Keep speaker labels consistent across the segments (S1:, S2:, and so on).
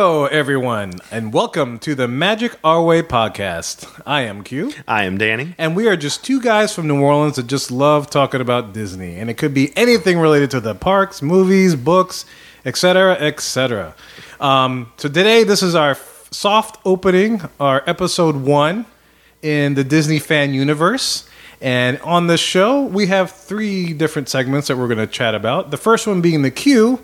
S1: everyone, and welcome to the Magic Our Way podcast. I am Q,
S2: I am Danny.
S1: and we are just two guys from New Orleans that just love talking about Disney, and it could be anything related to the parks, movies, books, etc., etc. Um, so today, this is our f- soft opening, our episode one in the Disney fan universe. And on this show, we have three different segments that we're going to chat about. The first one being the queue,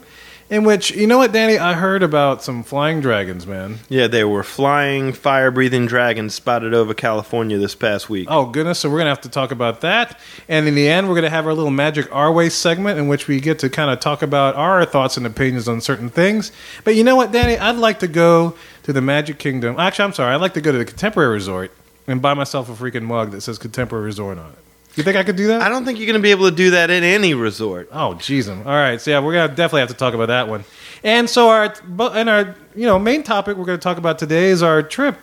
S1: in which, you know what, Danny? I heard about some flying dragons, man.
S2: Yeah, they were flying, fire breathing dragons spotted over California this past week.
S1: Oh, goodness. So we're going to have to talk about that. And in the end, we're going to have our little Magic Our Way segment in which we get to kind of talk about our thoughts and opinions on certain things. But you know what, Danny? I'd like to go to the Magic Kingdom. Actually, I'm sorry. I'd like to go to the Contemporary Resort and buy myself a freaking mug that says Contemporary Resort on it. You think I could do that?
S2: I don't think you're going to be able to do that at any resort.
S1: Oh, jeez. um, All right. So yeah, we're gonna definitely have to talk about that one. And so our bu- and our you know main topic we're gonna talk about today is our trip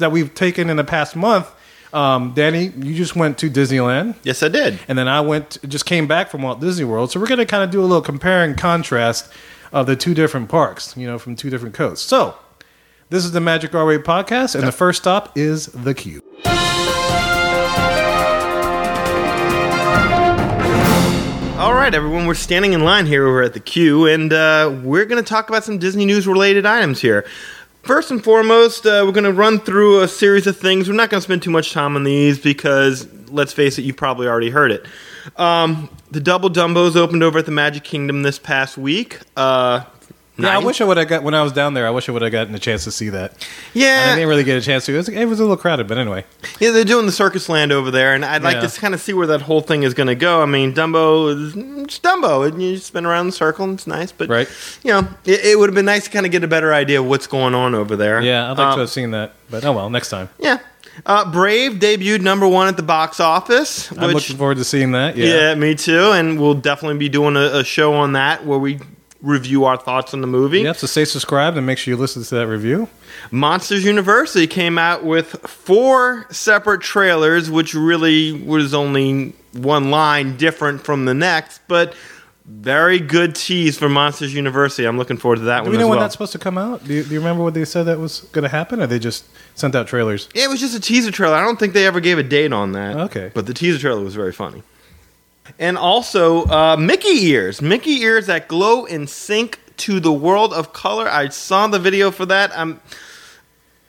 S1: that we've taken in the past month. Um, Danny, you just went to Disneyland,
S2: Yes, I did.
S1: and then I went just came back from Walt Disney World. So we're gonna kind of do a little compare and contrast of the two different parks, you know, from two different coasts. So this is the Magic Our Way podcast, and the first stop is the Cube.
S2: All right, everyone, we're standing in line here over at the queue, and uh, we're going to talk about some Disney news related items here. First and foremost, uh, we're going to run through a series of things. We're not going to spend too much time on these because, let's face it, you probably already heard it. Um, the Double Dumbos opened over at the Magic Kingdom this past week. Uh,
S1: Yeah, I
S2: nice.
S1: wish I would have got when I was down there. I wish I would have gotten a chance to see that.
S2: Yeah,
S1: I didn't really get a chance to. It was, it was a little crowded, but anyway.
S2: Yeah, they're doing the circus land over there, and I'd like
S1: Yeah.
S2: to kind of see where that whole thing is going to go. I mean, Dumbo is it's Dumbo, and you spin around in a circle, and it's nice, but
S1: Right.
S2: you know, it, it would have been nice to kind of get a better idea of what's going on over there.
S1: Yeah, I'd like
S2: Um,
S1: to have seen that, but oh well, next time.
S2: Yeah, uh, Brave debuted number one at the box office,
S1: I'm
S2: which
S1: looking forward to seeing that. Yeah.
S2: yeah. me too, and we'll definitely be doing a, a show on that where we review our thoughts on the movie.
S1: Yep, so stay subscribed and make sure you listen to that review.
S2: Monsters University came out with four separate trailers, which really was only one line different from the next, but very good tease for Monsters University. I'm looking forward to that
S1: Do
S2: one
S1: we
S2: as
S1: know when
S2: well.
S1: that's supposed to come out? Do you, do you remember what they said that was going to happen, or they just sent out trailers?
S2: it was just a teaser trailer. I don't think they ever gave a date on that.
S1: Okay.
S2: But the teaser trailer was very funny. And also, uh, Mickey ears. Mickey ears that glow and sync to the world of color. I saw the video for that. I'm,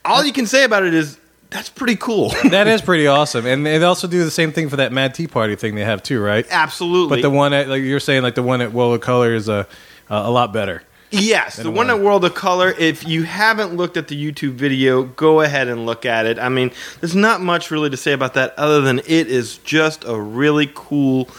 S2: all you can say about it is that's pretty cool.
S1: that is pretty awesome, and they also do the same thing for that Mad Tea Party thing they have too, right?
S2: Absolutely.
S1: But the one at, like you're saying, like the one at World of Color is a uh, a lot better.
S2: Yes, the
S1: a
S2: one
S1: one.
S2: at World of Color. If you haven't looked at the YouTube video, go ahead and look at it. I mean, there's not much really to say about that other than it is just a really cool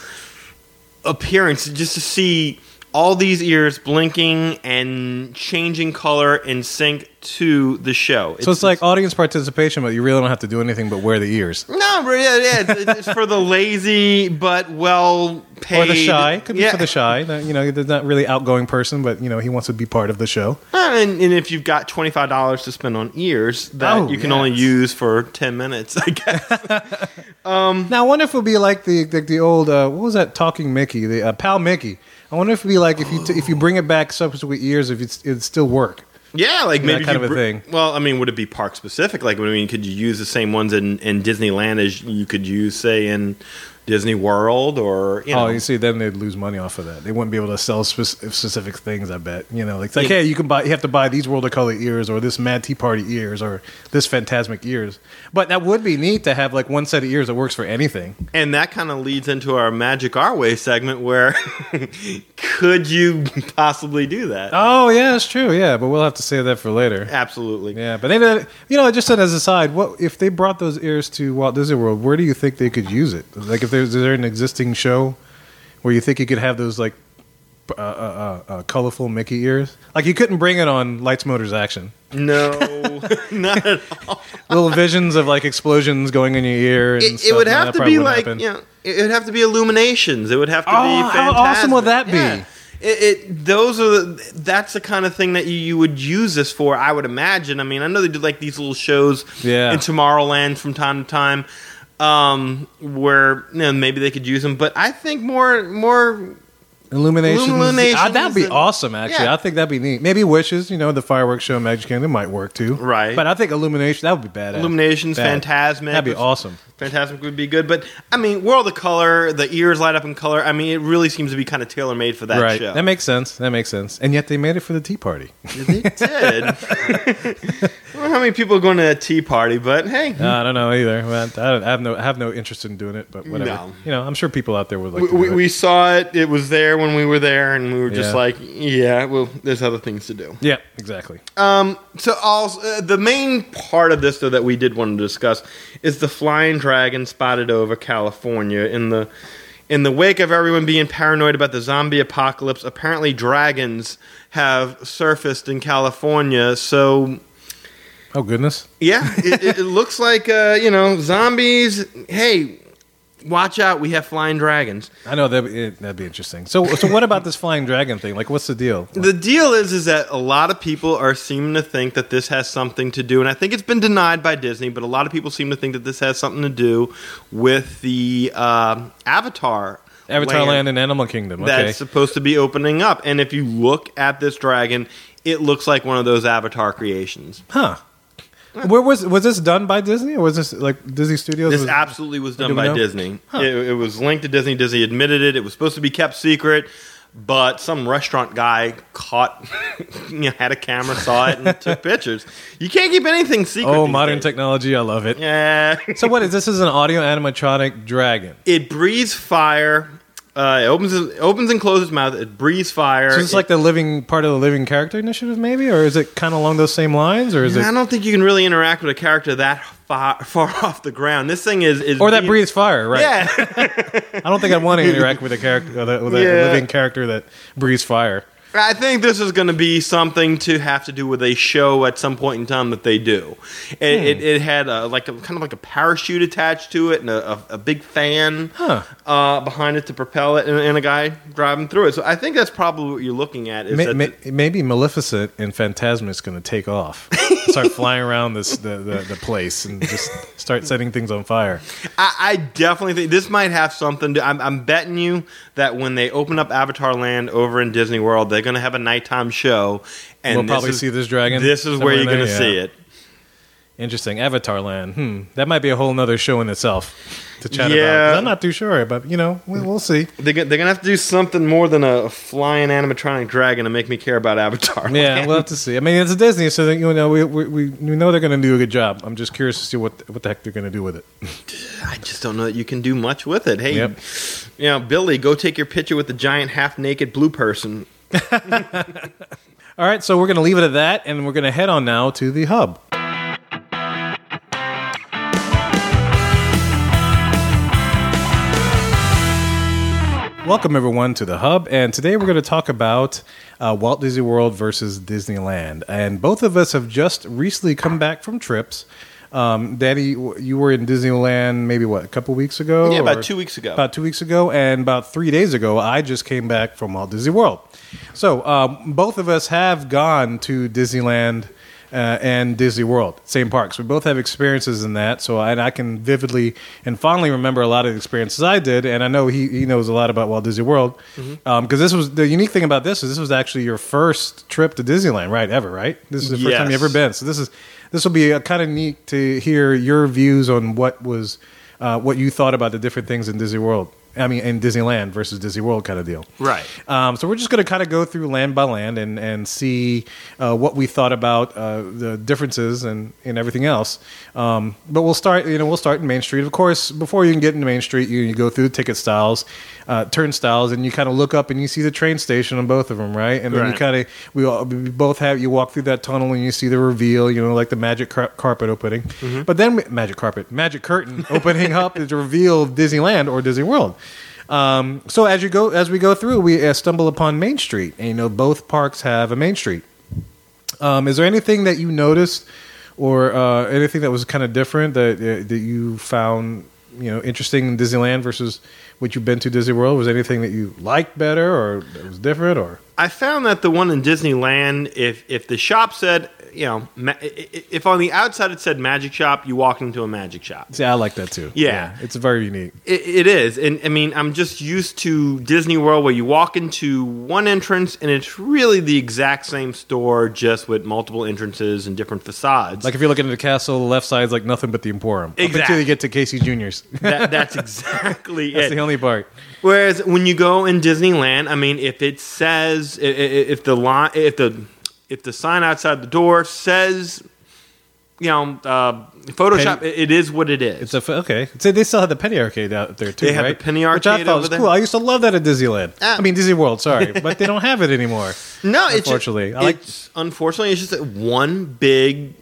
S2: appearance just to see all these ears blinking and changing color in sync to the show.
S1: So it's like audience participation, but you really don't have to do anything but wear the ears.
S2: no, but yeah, yeah, it's, it's for the lazy but well paid
S1: Or the shy could be
S2: Yeah.
S1: for the shy. that, You know, they're not really outgoing person, but you know he wants to be part of the show.
S2: Uh, And, and if you've got twenty five dollars to spend on ears that
S1: Oh,
S2: you can
S1: yes.
S2: only use for ten minutes, I guess.
S1: Now, I wonder if it would be like the like the old uh, what was that talking Mickey, the uh, pal Mickey. I wonder if it'd be like if you t- if you bring it back subsequent years, if it's, it'd still work.
S2: yeah, like
S1: Yeah,
S2: maybe
S1: kind
S2: if you
S1: of a
S2: br-
S1: thing.
S2: Well, I mean, would it be park specific? Like, I mean, could you use the same ones in, in Disneyland as you could use, say, in Disney World or you know?
S1: Oh, you see, then they'd lose money off of that. They wouldn't be able to sell spec- specific things. I bet you know, like, it's like
S2: Yeah.
S1: hey, you can buy, you have to buy these World of Color ears or this Mad Tea Party ears or this Fantasmic ears. But that would be neat to have like one set of ears that works for anything.
S2: and that kind of leads into our Magic Our Way segment, where could you possibly do that?
S1: Oh yeah, that's true. Yeah, but we'll have to save that for later.
S2: Absolutely.
S1: Yeah, but they did, you know, just as an aside, what if they brought those ears to Walt Disney World? Where do you think they could use it? Like, if there's is there an existing show where you think you could have those like p- uh, uh, uh, uh, colorful Mickey ears? Like, you couldn't bring it on Lights, Motors, Action.
S2: No, not at all.
S1: Little visions of like explosions going in your ear. And
S2: it,
S1: stuff,
S2: it would
S1: no, that
S2: have to
S1: probably
S2: be
S1: wouldn't
S2: like
S1: happen.
S2: you know, it would have to be illuminations. It would have to
S1: Oh,
S2: be
S1: how
S2: fantastic.
S1: awesome would that be?
S2: It, it those are the, that's the kind of thing that you, you would use this for. I would imagine. I mean, I know they do like these little shows
S1: Yeah.
S2: in Tomorrowland from time to time, um, where you know, maybe they could use them. But I think more more
S1: Illuminations.
S2: Illuminations
S1: Ah, that'd be
S2: and-
S1: awesome, actually.
S2: Yeah.
S1: I think that'd be neat. Maybe Wishes, you know, the fireworks show in Magic Kingdom might work too.
S2: Right.
S1: But I think Illumination, that would be badass.
S2: Illuminations,
S1: Bad.
S2: Phantasmic.
S1: That'd be
S2: which-
S1: awesome.
S2: Phantasmic would be good, but I mean, World of Color, the ears light up in color. I mean, it really seems to be kind of tailor made for that
S1: right.
S2: show.
S1: That makes sense. That makes sense. And yet they made it for the Tea Party.
S2: they did. well, how many people are going to a tea party? But hey,
S1: I don't know either. man. I, don't, I have no I have no interest in doing it, but whatever.
S2: No.
S1: You know, I'm sure people out there would like
S2: we,
S1: to do
S2: we,
S1: it.
S2: we saw it. It was there when we were there, and we were just
S1: Yeah.
S2: like, yeah, well, there's other things to do.
S1: Yeah, exactly.
S2: Um, so also, uh, the main part of this, though, that we did want to discuss is the flying dragon spotted over California in the in the wake of everyone being paranoid about the zombie apocalypse. Apparently, dragons have surfaced in California. So
S1: Oh goodness.
S2: yeah, it, it, it looks like uh, you know zombies. Hey, watch out! We have flying dragons.
S1: I know that it, that'd be interesting. So so what about this flying dragon thing? Like what's the deal?
S2: The deal is is that a lot of people are seeming to think that this has something to do, and I think it's been denied by Disney, but a lot of people seem to think that this has something to do with the um Avatar
S1: Avatar Land, and Animal Kingdom. Okay.
S2: that's supposed to be opening up. And if you look at this dragon, it looks like one of those Avatar creations.
S1: Huh. Where was was this done by Disney or was this like Disney Studios?
S2: This
S1: was,
S2: absolutely was
S1: Do
S2: done
S1: we
S2: by
S1: know?
S2: Disney.
S1: Huh.
S2: It, it was linked to Disney. Disney admitted it. It was supposed to be kept secret, but some restaurant guy caught, you know, had a camera, saw it, and took pictures. You can't keep anything secret.
S1: oh,
S2: these
S1: modern
S2: days.
S1: technology, I love it.
S2: Yeah.
S1: So what is this? Is an audio animatronic dragon?
S2: it breathes fire. Uh, it opens it opens and closes its mouth. It breathes fire.
S1: So it's
S2: It-
S1: like the living part of the living character initiative, maybe, or is it kind of along those same lines, or is
S2: I
S1: it
S2: don't think you can really interact with a character that far, far off the ground. This thing is, is
S1: or that
S2: being-
S1: breathes fire? Right.
S2: Yeah.
S1: I don't think I'd want to interact with a character, with a, with a
S2: Yeah.
S1: living character that breathes fire.
S2: I think this is going to be something to have to do with a show at some point in time that they do. It,
S1: Hmm.
S2: it, it had a, like a kind of like a parachute attached to it and a, a, a big fan
S1: Huh.
S2: uh, behind it to propel it, and, and a guy driving through it. So I think that's probably what you're looking at. Is
S1: Ma-
S2: that
S1: ma- maybe Maleficent and Phantasma is going to take off, start flying around this the, the, the place, and just start setting things on fire.
S2: I, I definitely think this might have something to. I'm, I'm betting you that when they open up Avatar Land over in Disney World, they're going to have a nighttime show, and
S1: we'll
S2: this
S1: probably
S2: is-
S1: see this dragon.
S2: This is where
S1: somewhere
S2: you're
S1: in there,
S2: going to
S1: yeah.
S2: see it.
S1: Interesting. Avatar Land. Hmm. That might be a whole nother show in itself to chat about. 'Cause
S2: Yeah.
S1: I'm not too sure, but you know, we, we'll see.
S2: They're, go- they're gonna have to do something more than a flying animatronic dragon to make me care about Avatar.
S1: Yeah, we'll have to see. I mean, it's a Disney, so that, you know, we, we, we we know they're going to do a good job. I'm just curious to see what what the heck they're going to do with it.
S2: I just don't know that you can do much with it. Hey,
S1: Yep.
S2: you know, Billy, go take your picture with the giant half-naked blue person.
S1: All right, so we're going to leave it at that, and we're going to head on now to the hub. Welcome, everyone, to the Hub. And today we're going to talk about uh, Walt Disney World versus Disneyland. And both of us have just recently come back from trips. Um, Danny, w- you were in Disneyland maybe what, a couple weeks ago?
S2: Yeah, about
S1: Or-
S2: two weeks ago.
S1: About two weeks ago. And about three days ago, I just came back from Walt Disney World. So um, both of us have gone to Disneyland uh, and Disney World, same parks. We both have experiences in that, so I, and I can vividly and fondly remember a lot of the experiences I did, and I know he, he knows a lot about Walt Disney World because this was the unique thing about this is this was actually your first trip to Disneyland, right? Ever, right? This is the first time you
S2: Yes.
S1: ever been, so this is this will be kind of neat to hear your views on what was uh, what you thought about the different things in Disney World. I mean, in Disneyland versus Disney World kind of deal.
S2: Right.
S1: Um, so we're just going to kind of go through land by land and and see uh, what we thought about uh, the differences and and everything else. Um, but we'll start, you know, we'll start in Main Street. Of course, before you can get into Main Street, you, you go through the ticket styles, uh, turnstiles, and you kind of look up and you see the train station on both of them, right? And then
S2: Right.
S1: you kind of we, all, we both have you walk through that tunnel and you see the reveal, you know, like the magic car- carpet opening. But then we- magic carpet, magic curtain opening up is the reveal of Disneyland or Disney World. Um, so as you go, as we go through, we uh, stumble upon Main Street, and you know both parks have a Main Street. Um, is there anything that you noticed, or uh, anything that was kind of different that that you found you know interesting in Disneyland versus what you've been to Disney World? Was there anything that you liked better or that was different or
S2: I found that the one in Disneyland, if if the shop said, you know, ma- i- i- if on the outside it said magic shop, you walked into a magic shop.
S1: See, I like that too.
S2: Yeah.
S1: It's very unique.
S2: It, it is, and I mean, I'm just used to Disney World where you walk into one entrance and it's really the exact same store, just with multiple entrances and different facades.
S1: Like if you're looking at the castle, the left side's like nothing but the Emporium. Up until
S2: Exactly.
S1: you get to Casey Junior's.
S2: that, that's exactly
S1: That's
S2: it.
S1: the only part.
S2: Whereas when you go in Disneyland, I mean, if it says i- i- if the line, if the if the sign outside the door says, you know, uh, Photoshop,
S1: Penny-
S2: it- it is what it is.
S1: It's a f- okay. So they still have the penny arcade out there too,
S2: They have the
S1: right?
S2: penny
S1: which I
S2: arcade
S1: thought
S2: over
S1: was
S2: there.
S1: cool. I used to love that at Disneyland.
S2: Ah.
S1: I mean Disney World, sorry, but they don't have it anymore.
S2: no, it's
S1: Unfortunately, I
S2: just,
S1: like-
S2: it's, unfortunately, it's just one big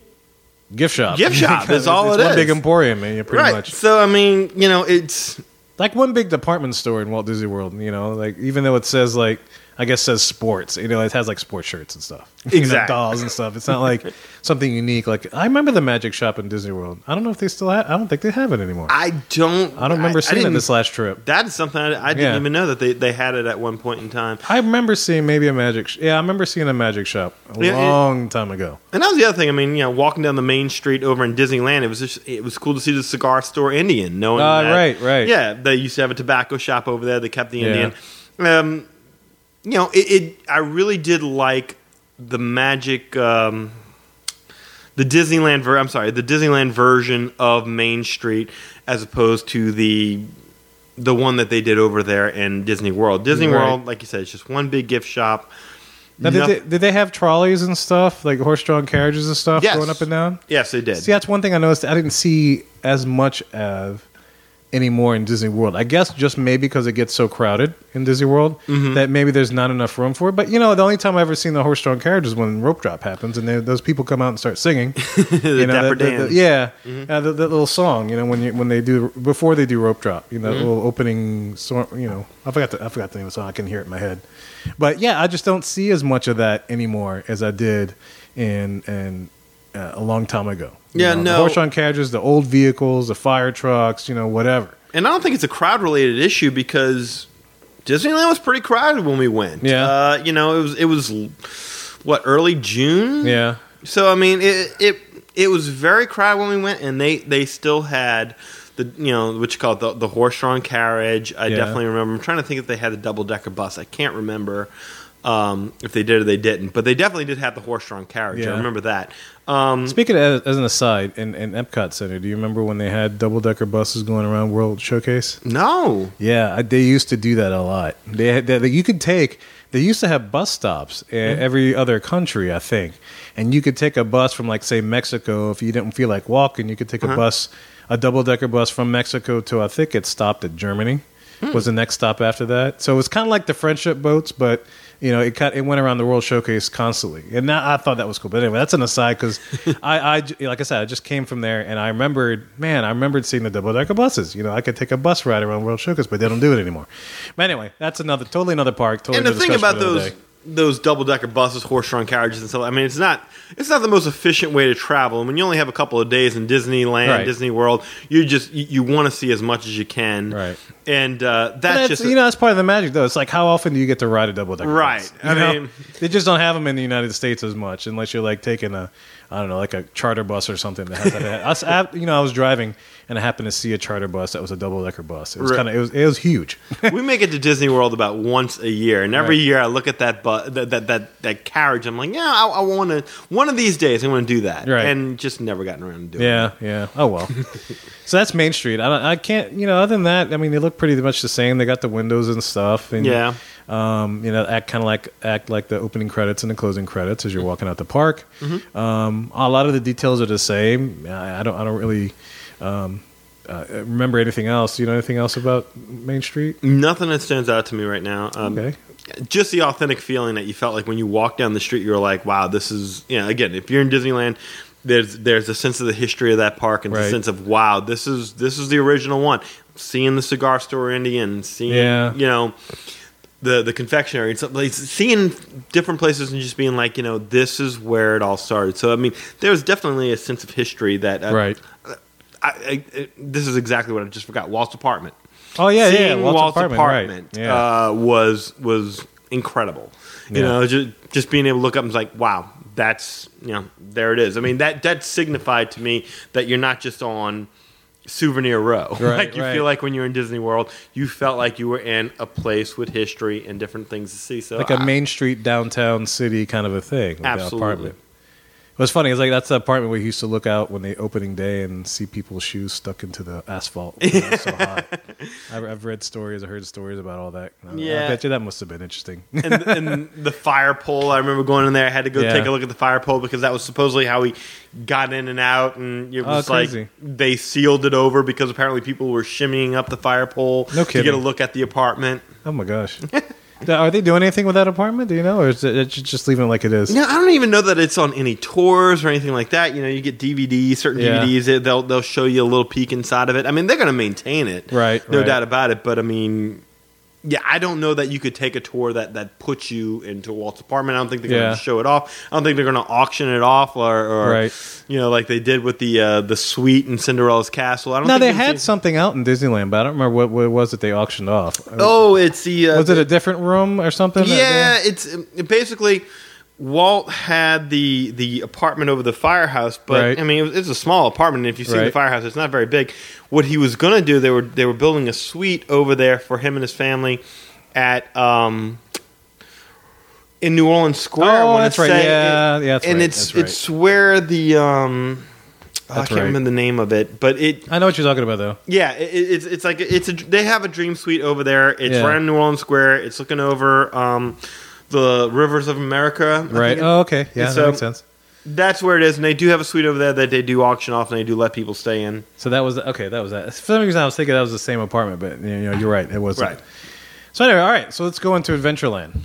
S1: Gift shop,
S2: Gift shop is all
S1: it's
S2: it
S1: one
S2: is.
S1: big emporium, and you're pretty
S2: right.
S1: much
S2: So I mean, you know, it's
S1: like one big department store in Walt Disney World. You know, like even though it says like I guess says sports, you know, it has like sports shirts and stuff, you know,
S2: Exactly.
S1: dolls and stuff. It's not like something unique. Like I remember the Magic Shop in Disney World. I don't know if they still have. I don't think they have it anymore. I,
S2: I don't
S1: don't remember seeing it
S2: didn't-
S1: this last trip.
S2: That is something I, I didn't
S1: Yeah.
S2: even know that they, they had it at one point in time.
S1: I remember seeing maybe a magic. Sh- yeah, I remember seeing a magic shop a
S2: Yeah, it-
S1: long time ago.
S2: And that was the other thing. I mean, you know, walking down the main street over in Disneyland, it was just it was cool to see the cigar store Indian. Knowing
S1: Ah,
S2: that,
S1: right, right.
S2: yeah, they used to have a tobacco shop over there. They kept the
S1: Yeah.
S2: Indian. Um, you know, it, it. I really did like the magic, um, the Disneyland. Ver- I'm sorry, the Disneyland version of Main Street as opposed to the the one that they did over there in Disney World. Disney
S1: Right.
S2: World, like you said, it's just one big gift shop.
S1: Now,
S2: Noth-
S1: did, they, did they have trolleys and stuff like horse-drawn carriages and stuff
S2: Yes.
S1: going up and down?
S2: yes, they did.
S1: See, that's one thing I noticed. I didn't see as much of anymore in Disney World. I guess just maybe because it gets so crowded in Disney World
S2: Mm-hmm.
S1: that maybe there's not enough room for it. But you know, the only time I've ever seen the horse-drawn carriage is when rope drop happens and they, those people come out and start singing.
S2: the
S1: you know,
S2: Dapper
S1: that- that-
S2: Mm-hmm. Dan.
S1: that- yeah, uh, that, that little song. You know, when you when they do before they do rope drop, you know,
S2: Mm-hmm.
S1: that little opening. sor- You know, I forgot the I forgot the name of the song. I can hear it in my head, but yeah, I just don't see as much of that anymore as I did in and uh, a long time ago. You
S2: Yeah,
S1: know,
S2: no.
S1: horse drawn carriages, the old vehicles, the fire trucks, you know, whatever.
S2: and I don't think it's a crowd related issue because Disneyland was pretty crowded when we went.
S1: Yeah.
S2: uh, you know it was it was what early June.
S1: Yeah,
S2: So I mean it it it was very crowded when we went, and they they still had. The, you know what you call it, the, the horse-drawn carriage. I
S1: Yeah.
S2: definitely remember. I'm trying to think if they had the double-decker bus. I can't remember um, if they did or they didn't. But they definitely did have the horse-drawn carriage.
S1: Yeah.
S2: I remember that. Um,
S1: Speaking as, as an aside, in, in Epcot Center, do you remember when they had double decker buses going around World Showcase?
S2: no,
S1: Yeah, I- they used to do that a lot. They, had- they, you could take. They used to have bus stops in every other country, I think, and you could take a bus from like say Mexico if you didn't feel like walking. You could take a bus, a double decker bus from Mexico to I think it stopped at Germany. Was the next stop after that? So it was kind of like the friendship boats, but you know it cut, it went around the World Showcase constantly, and that, I thought that was cool. But anyway, that's an aside because I, I j- like I said, I just came from there, and I remembered, man, I remembered seeing the double decker buses. You know, I could take a bus ride around World Showcase, but they don't do it anymore. But anyway, that's another totally another park. Totally
S2: and the
S1: another
S2: thing
S1: discussion
S2: about
S1: for another
S2: those
S1: day.
S2: those double decker buses, horse drawn carriages, and stuff. I mean, it's not it's not the most efficient way to travel. And when you only have a couple of days in Disneyland,
S1: Right.
S2: Disney World, you just you, you want to see as much as you can.
S1: Right.
S2: And uh, that's,
S1: But that's,
S2: just
S1: you know that's part of the magic though. It's like how often do you get to ride a double decker?
S2: Right.
S1: Bus?
S2: I
S1: You know?
S2: mean-
S1: they just don't have them in the United States as much unless you're like taking a, I don't know, like a charter bus or something. That has that. I s- I, you know, I was driving and I happened to see a charter bus that was a double decker bus. It was
S2: Right.
S1: kind of it was it was huge.
S2: we make it to Disney World about once a year, and every
S1: Right.
S2: year I look at that bu- that, that that that carriage. I'm like, yeah, I, I want to. One of these days, I want to do that,
S1: Right.
S2: and just never gotten around to doing. it.
S1: Yeah, yeah. Oh well. so that's Main Street. I don't, I can't. You know, other than that, I mean, they look pretty much the same. They got the windows and stuff. And,
S2: Yeah.
S1: Um, you know, act kind of like act like the opening credits and the closing credits as you're walking out the park. Um, a lot of the details are the same. I, I don't. I don't really. Um, uh, remember anything else? Do you know anything else about Main Street?
S2: Nothing that stands out to me right now. Um,
S1: Okay.
S2: just the authentic feeling that you felt like when you walked down the street, you were like, "Wow, this is." You know, again, if you're in Disneyland, there's there's a sense of the history of that park and the
S1: Right.
S2: sense of wow, this is this is the original one. Seeing the cigar store Indian, seeing
S1: Yeah.
S2: you know the the confectionery, and something, like, seeing different places and just being like, you know, this is where it all started. So I mean, there was definitely a sense of history that uh,
S1: Right.
S2: I, I, this is exactly what I just forgot. Walt's apartment.
S1: Oh, yeah, yeah,
S2: seeing
S1: Walt's
S2: Walt's
S1: apartment,
S2: apartment,
S1: right, yeah.
S2: uh, was was incredible. You
S1: Yeah.
S2: know, just just being able to look up and was like, wow, that's you know, there it is. I mean, that that signified to me that you're not just on souvenir row.
S1: Right,
S2: like you
S1: right.
S2: feel like when you're in Disney World, you felt like you were in a place with history and different things to see. So
S1: like a
S2: I-
S1: main street downtown city kind of a thing. With
S2: Absolutely.
S1: The apartment. It was funny. It's like that's the apartment where you used to look out when the opening day and see people's shoes stuck into the asphalt. when it was so hot. I've, I've read stories. I heard stories about all that. I- I
S2: Yeah.
S1: bet you that must have been interesting.
S2: and, and the fire pole. I remember going in there. I had to go
S1: Yeah.
S2: take a look at the fire pole because that was supposedly how he got in and out. And it
S1: Oh,
S2: was like
S1: crazy.
S2: they sealed it over because apparently people were shimmying up the fire pole
S1: No
S2: to get a
S1: kidding.
S2: look at the apartment.
S1: oh my gosh. Now, Are they doing anything with that apartment? Do you know, or is it, it's just leaving it like it is?
S2: No, I don't even know that it's on any tours or anything like that. You know, you get DVDs, certain
S1: Yeah.
S2: DVDs, they- they'll they'll show you a little peek inside of it. I mean, they're going to maintain it,
S1: Right,
S2: No
S1: right.
S2: doubt about it. But I mean, yeah, I don't know that you could take a tour that that puts you into Walt's apartment. I don't think they're
S1: Yeah.
S2: going to show it off. I don't think they're going to auction it off or, or
S1: Right.
S2: you know, like they did with the uh, the suite in Cinderella's castle. I don't.
S1: Now
S2: think
S1: they
S2: you'll
S1: had
S2: see-
S1: something out in Disneyland, but I don't remember what, what it was that they auctioned off.
S2: Oh, it's the uh,
S1: was it a different room or something? that
S2: Yeah,
S1: they-
S2: it's um, basically Walt had the the apartment over the firehouse, but
S1: Right.
S2: I mean it was, it's a small apartment. If you see the
S1: Right.
S2: firehouse, it's not very big. What he was gonna do, they were they were building a suite over there for him and his family at um in New Orleans Square. I
S1: Oh,
S2: wanna
S1: that's right.
S2: say.
S1: Yeah, yeah, that's
S2: and
S1: right.
S2: it's
S1: That's right.
S2: it's where the um. oh, I
S1: That's
S2: can't
S1: right.
S2: remember the name of it, but it
S1: I know what you're talking about though.
S2: yeah, it, it- it's it's like it's a, they have a dream suite over there. It's
S1: Yeah.
S2: right in New Orleans Square. It's looking over um, the rivers of America. I
S1: Right.
S2: think it-
S1: Oh, okay. Yeah,
S2: it's,
S1: that
S2: um,
S1: makes sense.
S2: that's where it is, and they do have a suite over there that they do auction off, and they do let people stay in.
S1: So that was okay. That was that. For some reason, I was thinking that was the same apartment, but you know, you're right. It was
S2: Right.
S1: So anyway, all right. So let's go into Adventureland.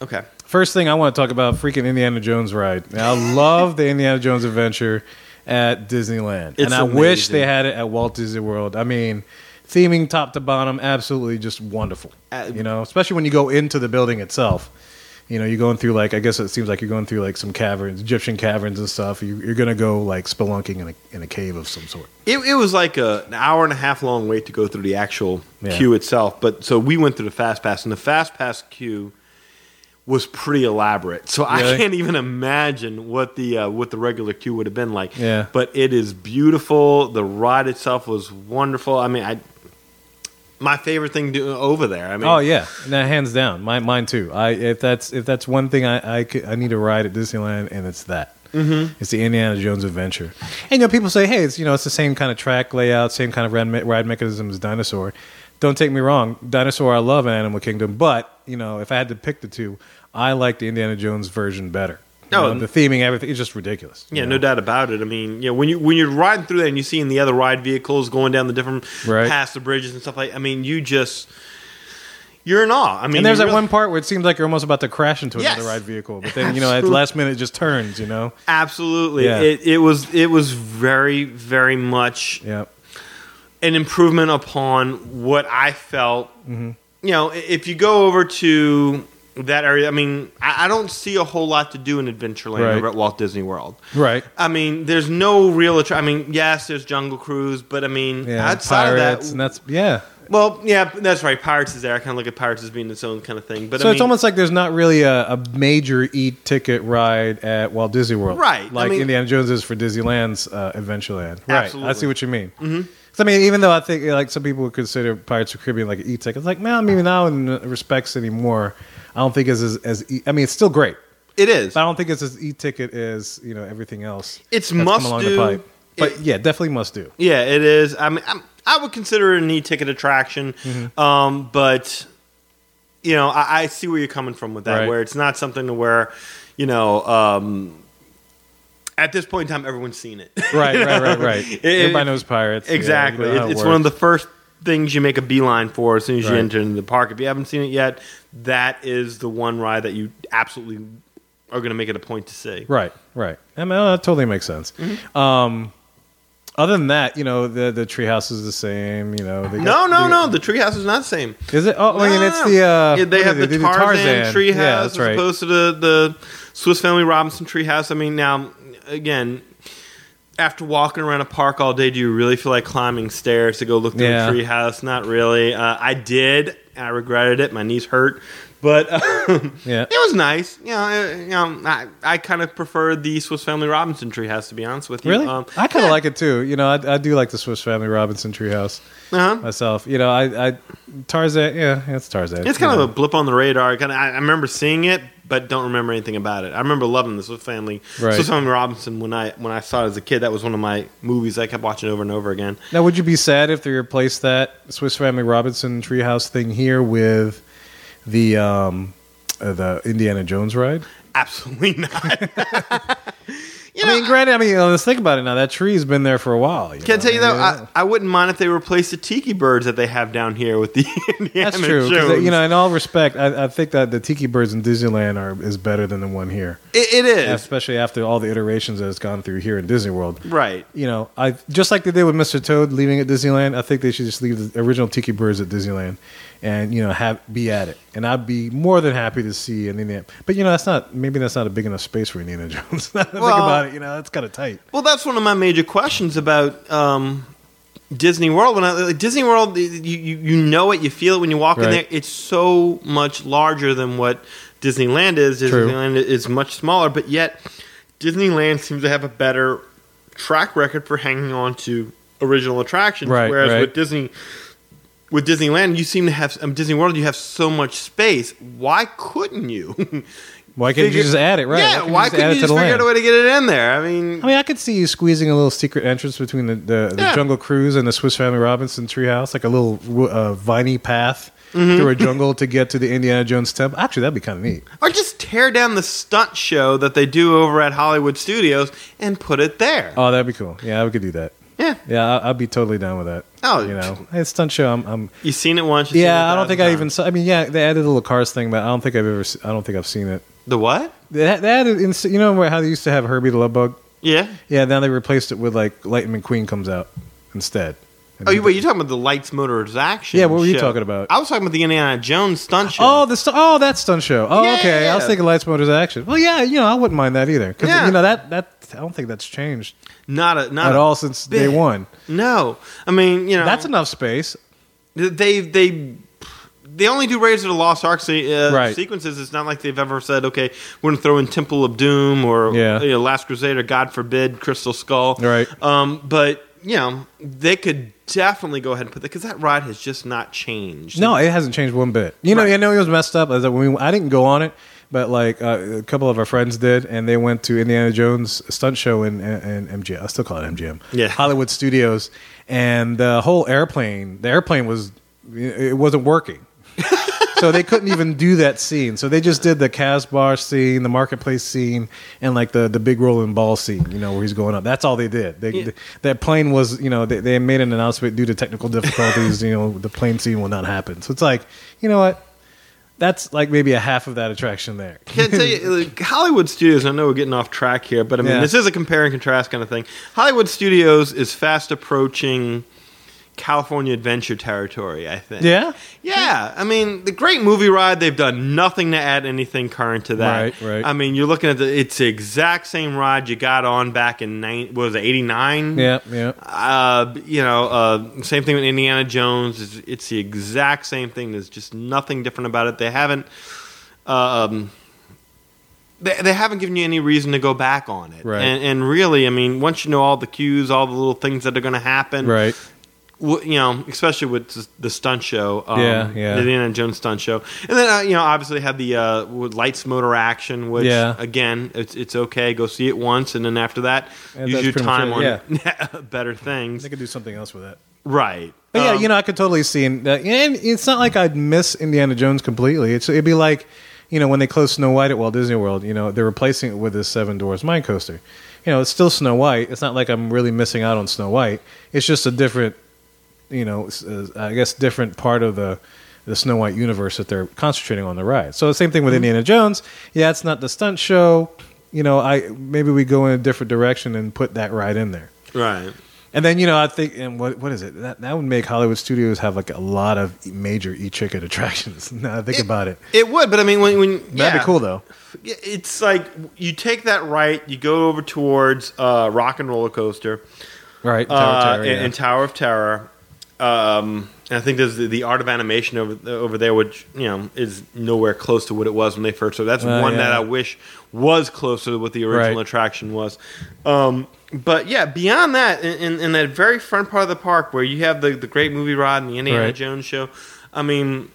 S2: Okay.
S1: First thing I want to talk about: freaking Indiana Jones ride. Now, I love the Indiana Jones adventure at Disneyland,
S2: It's
S1: and I wish
S2: amazing.
S1: they had it at Walt Disney World. I mean, theming top to bottom, absolutely just wonderful.
S2: Uh,
S1: you know, especially when you go into the building itself. You know, you're going through like I guess it seems like you're going through like some caverns, Egyptian caverns and stuff. You, you're gonna go like spelunking in a in a cave of some sort.
S2: It, it was like a, an hour and a half long wait to go through the actual
S1: Yeah.
S2: queue itself. But so we went through the fast pass, and the fast pass queue was pretty elaborate. So
S1: Really?
S2: I can't even imagine what the uh, what the regular queue would have been like.
S1: Yeah.
S2: But it is beautiful. The ride itself was wonderful. I mean, I my favorite thing to, uh, over there. I mean,
S1: Oh yeah, no, hands down, mine, mine too. I if that's if that's one thing I I, could, I need a ride at Disneyland, and it's that. Mm-hmm. It's the Indiana Jones adventure, and you know people say, hey, it's you know it's the same kind of track layout, same kind of ride, me- ride mechanism as Dinosaur. Don't take me wrong, Dinosaur I love and Animal Kingdom, but you know if I had to pick the two, I like the Indiana Jones version better. You
S2: Oh.
S1: know, the theming, everything is just ridiculous. you
S2: Yeah,
S1: know?
S2: no doubt about it. I mean, you know, when you when you're riding through that and you're seeing the other ride vehicles going down the different
S1: Right.
S2: past the bridges and stuff like, I mean, you just you're in awe. I mean,
S1: And there's
S2: you
S1: that
S2: really-
S1: one part where it seems like you're almost about to crash into
S2: Yes.
S1: another ride vehicle, but then you know at the last minute it just turns. You know,
S2: Absolutely,
S1: Yeah.
S2: it, it was it was very very much
S1: yeah,
S2: an improvement upon what I felt.
S1: Mm-hmm.
S2: You know, i- if you go over to that area, I mean, I, I don't see a whole lot to do in Adventureland
S1: Right.
S2: over at Walt Disney World.
S1: right.
S2: I mean, there's no real. Attra- I mean, yes, there's Jungle Cruise, but I mean,
S1: Yeah, pirates,
S2: outside of that,
S1: and that's yeah.
S2: Well, yeah, that's right. Pirates is there. I kind of look at Pirates as being its own kind of thing. But
S1: so
S2: I
S1: it's
S2: mean-
S1: almost like there's not really a, a major e-ticket ride at Walt Disney World,
S2: Right, I
S1: Like
S2: mean-
S1: Indiana Jones is for Disneyland's uh, Adventureland, right? I see
S2: Absolutely.
S1: what you mean. Mm-hmm. I mean, even though I think like some people would consider Pirates of the Caribbean like an e-ticket, it's like man, I mean now in respects anymore, I don't think it's as, as e- I mean it's still great,
S2: it is.
S1: but I don't think it's as e-ticket as you know everything else. that's
S2: It's
S1: come
S2: must
S1: along
S2: do.
S1: the pipe. But
S2: It-
S1: yeah, definitely must do.
S2: Yeah, it is. I mean, I'm, I would consider it an e-ticket attraction,
S1: Mm-hmm.
S2: um, but you know, I, I see where you're coming from with that.
S1: Right.
S2: Where it's not something to where, you know, um, at this point in time, everyone's seen it.
S1: Right, right, right, right.
S2: It- it-
S1: Everybody knows pirates.
S2: Exactly. It- it's one of the first things you make a beeline for as soon as you
S1: Right.
S2: enter into the park. If you haven't seen it yet, that is the one ride that you absolutely are going to make it a point to see.
S1: Right, right. I mean, oh, that totally makes sense.
S2: Mm-hmm.
S1: Um, other than that, you know, the the treehouse is the same. You know, they
S2: No,
S1: got-
S2: no,
S1: they
S2: no.
S1: got-
S2: The treehouse is not the same.
S1: Is it? Oh, I mean,
S2: No,
S1: it's
S2: no,
S1: the
S2: no.
S1: uh,
S2: Yeah, they
S1: what
S2: have
S1: is
S2: the
S1: it? They do
S2: Tarzan, treehouse
S1: Yeah,
S2: as
S1: that's right.
S2: opposed to the, the Swiss Family Robinson treehouse. I mean, now again, after walking around a park all day, do you really feel like climbing stairs to go look through
S1: Yeah.
S2: a treehouse? Not really. Uh, I did. I regretted it. My knees hurt, but uh,
S1: Yeah.
S2: it was nice. You know, uh, you know, I, I kind of preferred the Swiss Family Robinson treehouse to be honest with you.
S1: Really?
S2: Um,
S1: I kind of like it too. You know, I, I do like the Swiss Family Robinson treehouse
S2: uh-huh.
S1: myself. You know, I, I Tarzan. Yeah, it's Tarzan.
S2: It's kind
S1: You
S2: of
S1: know.
S2: a blip on the radar. Kind of, I, I remember seeing it, but don't remember anything about it. I remember loving the Swiss Family,
S1: Right.
S2: Swiss Family Robinson when I when I saw it as a kid. That was one of my movies I kept watching over and over again.
S1: Now, would you be sad if they replaced that Swiss Family Robinson treehouse thing here with the um, uh, the Indiana Jones ride?
S2: Absolutely not. you
S1: I mean, granted, I mean, you know, let's think about it now. That tree's been there for a while.
S2: Can I tell you uh,
S1: know?
S2: though, I, I wouldn't mind if they replaced the tiki birds that they have down here with the Indiana
S1: That's true. 'cause,
S2: Jones.
S1: uh, you know, in all respect, I, I think that the tiki birds in Disneyland are is better than the one here,
S2: it, it is
S1: especially after all the iterations that it's gone through here in Disney World.
S2: right.
S1: You know, I just like they did with Mr. Toad leaving at Disneyland. I think they should just leave the original Tiki Birds at Disneyland, and you know, have be at it. And I'd be more than happy to see an Indiana. But you know, that's not maybe that's not a big enough space for Indiana Jones. Now that I think
S2: Well-
S1: about it. You know, that's kind of tight.
S2: Well, that's one of my major questions about um, Disney World. When I, like, Disney World, you, you you know it, you feel it when you walk in
S1: Right.
S2: there. It's so much larger than what Disneyland is.
S1: True.
S2: Disneyland is much smaller, but yet Disneyland seems to have a better track record for hanging on to original attractions,
S1: Right,
S2: whereas
S1: right.
S2: with Disney. With Disneyland, you seem to have um, Disney World. You have so much space. Why couldn't you?
S1: Why can't
S2: Figure-
S1: you just add it? Right?
S2: Yeah. Why
S1: just
S2: couldn't
S1: add it to
S2: you just
S1: the
S2: figure
S1: land?
S2: out a way to get it in there? I mean,
S1: I mean, I could see you squeezing a little secret entrance between the, the, the
S2: Yeah.
S1: Jungle Cruise and the Swiss Family Robinson treehouse, like a little uh, viney path through a jungle to get to the Indiana Jones temple. Actually, that'd be kind of neat.
S2: Or just tear down the stunt show that they do over at Hollywood Studios and put it there.
S1: Oh, that'd be cool. Yeah, we could do that.
S2: yeah.
S1: Yeah, I- I'd be totally down with that.
S2: Oh,
S1: you know, it's stunt show. I'm. I'm
S2: You've seen it once. you've seen it
S1: yeah,
S2: a
S1: I don't think I
S2: thousand
S1: even
S2: times.
S1: saw. I mean, yeah, they added a little Cars thing, but I don't think I've ever. se- I don't think I've seen it.
S2: The what?
S1: They, had- they added, ins- you know, where- how they used to have Herbie the Love Bug.
S2: Yeah.
S1: Yeah, now they replaced it with like Lightning McQueen comes out instead. And
S2: Oh,
S1: he
S2: you, wait, you're talking about the Lights, Motors, Action.
S1: Yeah, what were you
S2: show.
S1: talking about?
S2: I was talking about the Indiana Jones stunt show.
S1: Oh, the stu- oh, that stunt show. Oh,
S2: Yeah,
S1: okay.
S2: yeah,
S1: I was
S2: yeah.
S1: thinking lights, motors, action. Well, yeah, you know, I wouldn't mind that either because
S2: Yeah.
S1: you know that that I don't think that's changed
S2: not a, not
S1: at
S2: a-
S1: all since day
S2: bit.
S1: one.
S2: No, I mean, you know,
S1: That's enough space.
S2: they they they only do Raiders of the Lost Ark se- uh,
S1: Right.
S2: sequences. It's not like they've ever said, "Okay, we're going to throw in Temple of Doom or
S1: Yeah.
S2: you know, Last Crusade or God forbid Crystal Skull."
S1: Right.
S2: Um, but you know, they could definitely go ahead and put that because that ride has just not changed.
S1: No, it hasn't changed one bit. You know,
S2: Right.
S1: I know it was messed up. As that when we, I didn't go on it, but like uh, a couple of our friends did, and they went to Indiana Jones stunt show in, in, in MGM. I still call it MGM.
S2: Yeah.
S1: Hollywood Studios, and the whole airplane. The airplane was it wasn't working. so they couldn't even do that scene. So they just did the Casbar scene, the marketplace scene, and like the the big rolling ball scene. You know where he's going up. That's all they did. They, that plane was, you know, they, they made an announcement due to technical difficulties. you know, the plane scene will not happen. So it's like, you know what? That's like maybe a half of that attraction there.
S2: Can't tell you, like, Hollywood Studios. I know we're getting off track here, but I mean,
S1: Yeah.
S2: this is a compare and contrast kind of thing. Hollywood Studios is fast approaching California Adventure territory. I think.
S1: Yeah.
S2: Yeah, I mean the great movie ride. They've done nothing to add anything current to that.
S1: Right, right.
S2: I mean, you're looking at the it's the exact same ride you got on back in nine, what was it eighty nine?
S1: Yeah, yeah.
S2: Uh, you know, uh, same thing with Indiana Jones. It's, it's the exact same thing. There's just nothing different about it. They haven't. Um, they, they haven't given you any reason to go back on it,
S1: Right.
S2: and, and really, I mean, once you know all the cues, all the little things that are going to happen,
S1: Right.
S2: well, you know, especially with the stunt show, um,
S1: Yeah, yeah.
S2: the Indiana Jones stunt show, and then uh, you know, obviously had the uh, with lights motor action, which
S1: Yeah.
S2: again, it's it's okay, go see it once, and then after that,
S1: And
S2: use
S1: that's
S2: your
S1: pretty
S2: time on
S1: much
S2: better things,
S1: They could do something else with that.
S2: right?
S1: But yeah,
S2: Um,
S1: you know, I could totally see, and, uh, and it's not like I'd miss Indiana Jones completely. It's, it'd be like, you know, when they closed Snow White at Walt Disney World, you know, they're replacing it with this Seven Doors Mine Coaster. You know, it's still Snow White. It's not like I'm really missing out on Snow White. It's just a different, you know, s- uh, I guess different part of the the Snow White universe that they're concentrating on the ride. So the same thing with Indiana Jones. Yeah, it's not the stunt show. You know, I maybe we go in a different direction and put that ride in there.
S2: right?
S1: And then you know, I think, and what what is it? That that would make Hollywood studios have like a lot of major e ticket attractions. now that I think about it.
S2: It would, but I mean, when when
S1: That'd
S2: yeah.
S1: be cool though.
S2: Yeah, It's like you take that right, you go over towards uh, Rock and Roller Coaster
S1: Right.
S2: uh,
S1: Tower, Terror,
S2: and,
S1: yeah.
S2: and Tower of Terror. Um, and I think there's the, the art of animation over over there, which you know is nowhere close to what it was when they first. So that's
S1: Uh,
S2: one
S1: yeah.
S2: that I wish was closer to what the original
S1: Right.
S2: attraction was. Um, but yeah, beyond that, in, in, in that very front part of the park where you have the, the great movie rod and the Indiana
S1: Right.
S2: Jones show, I mean,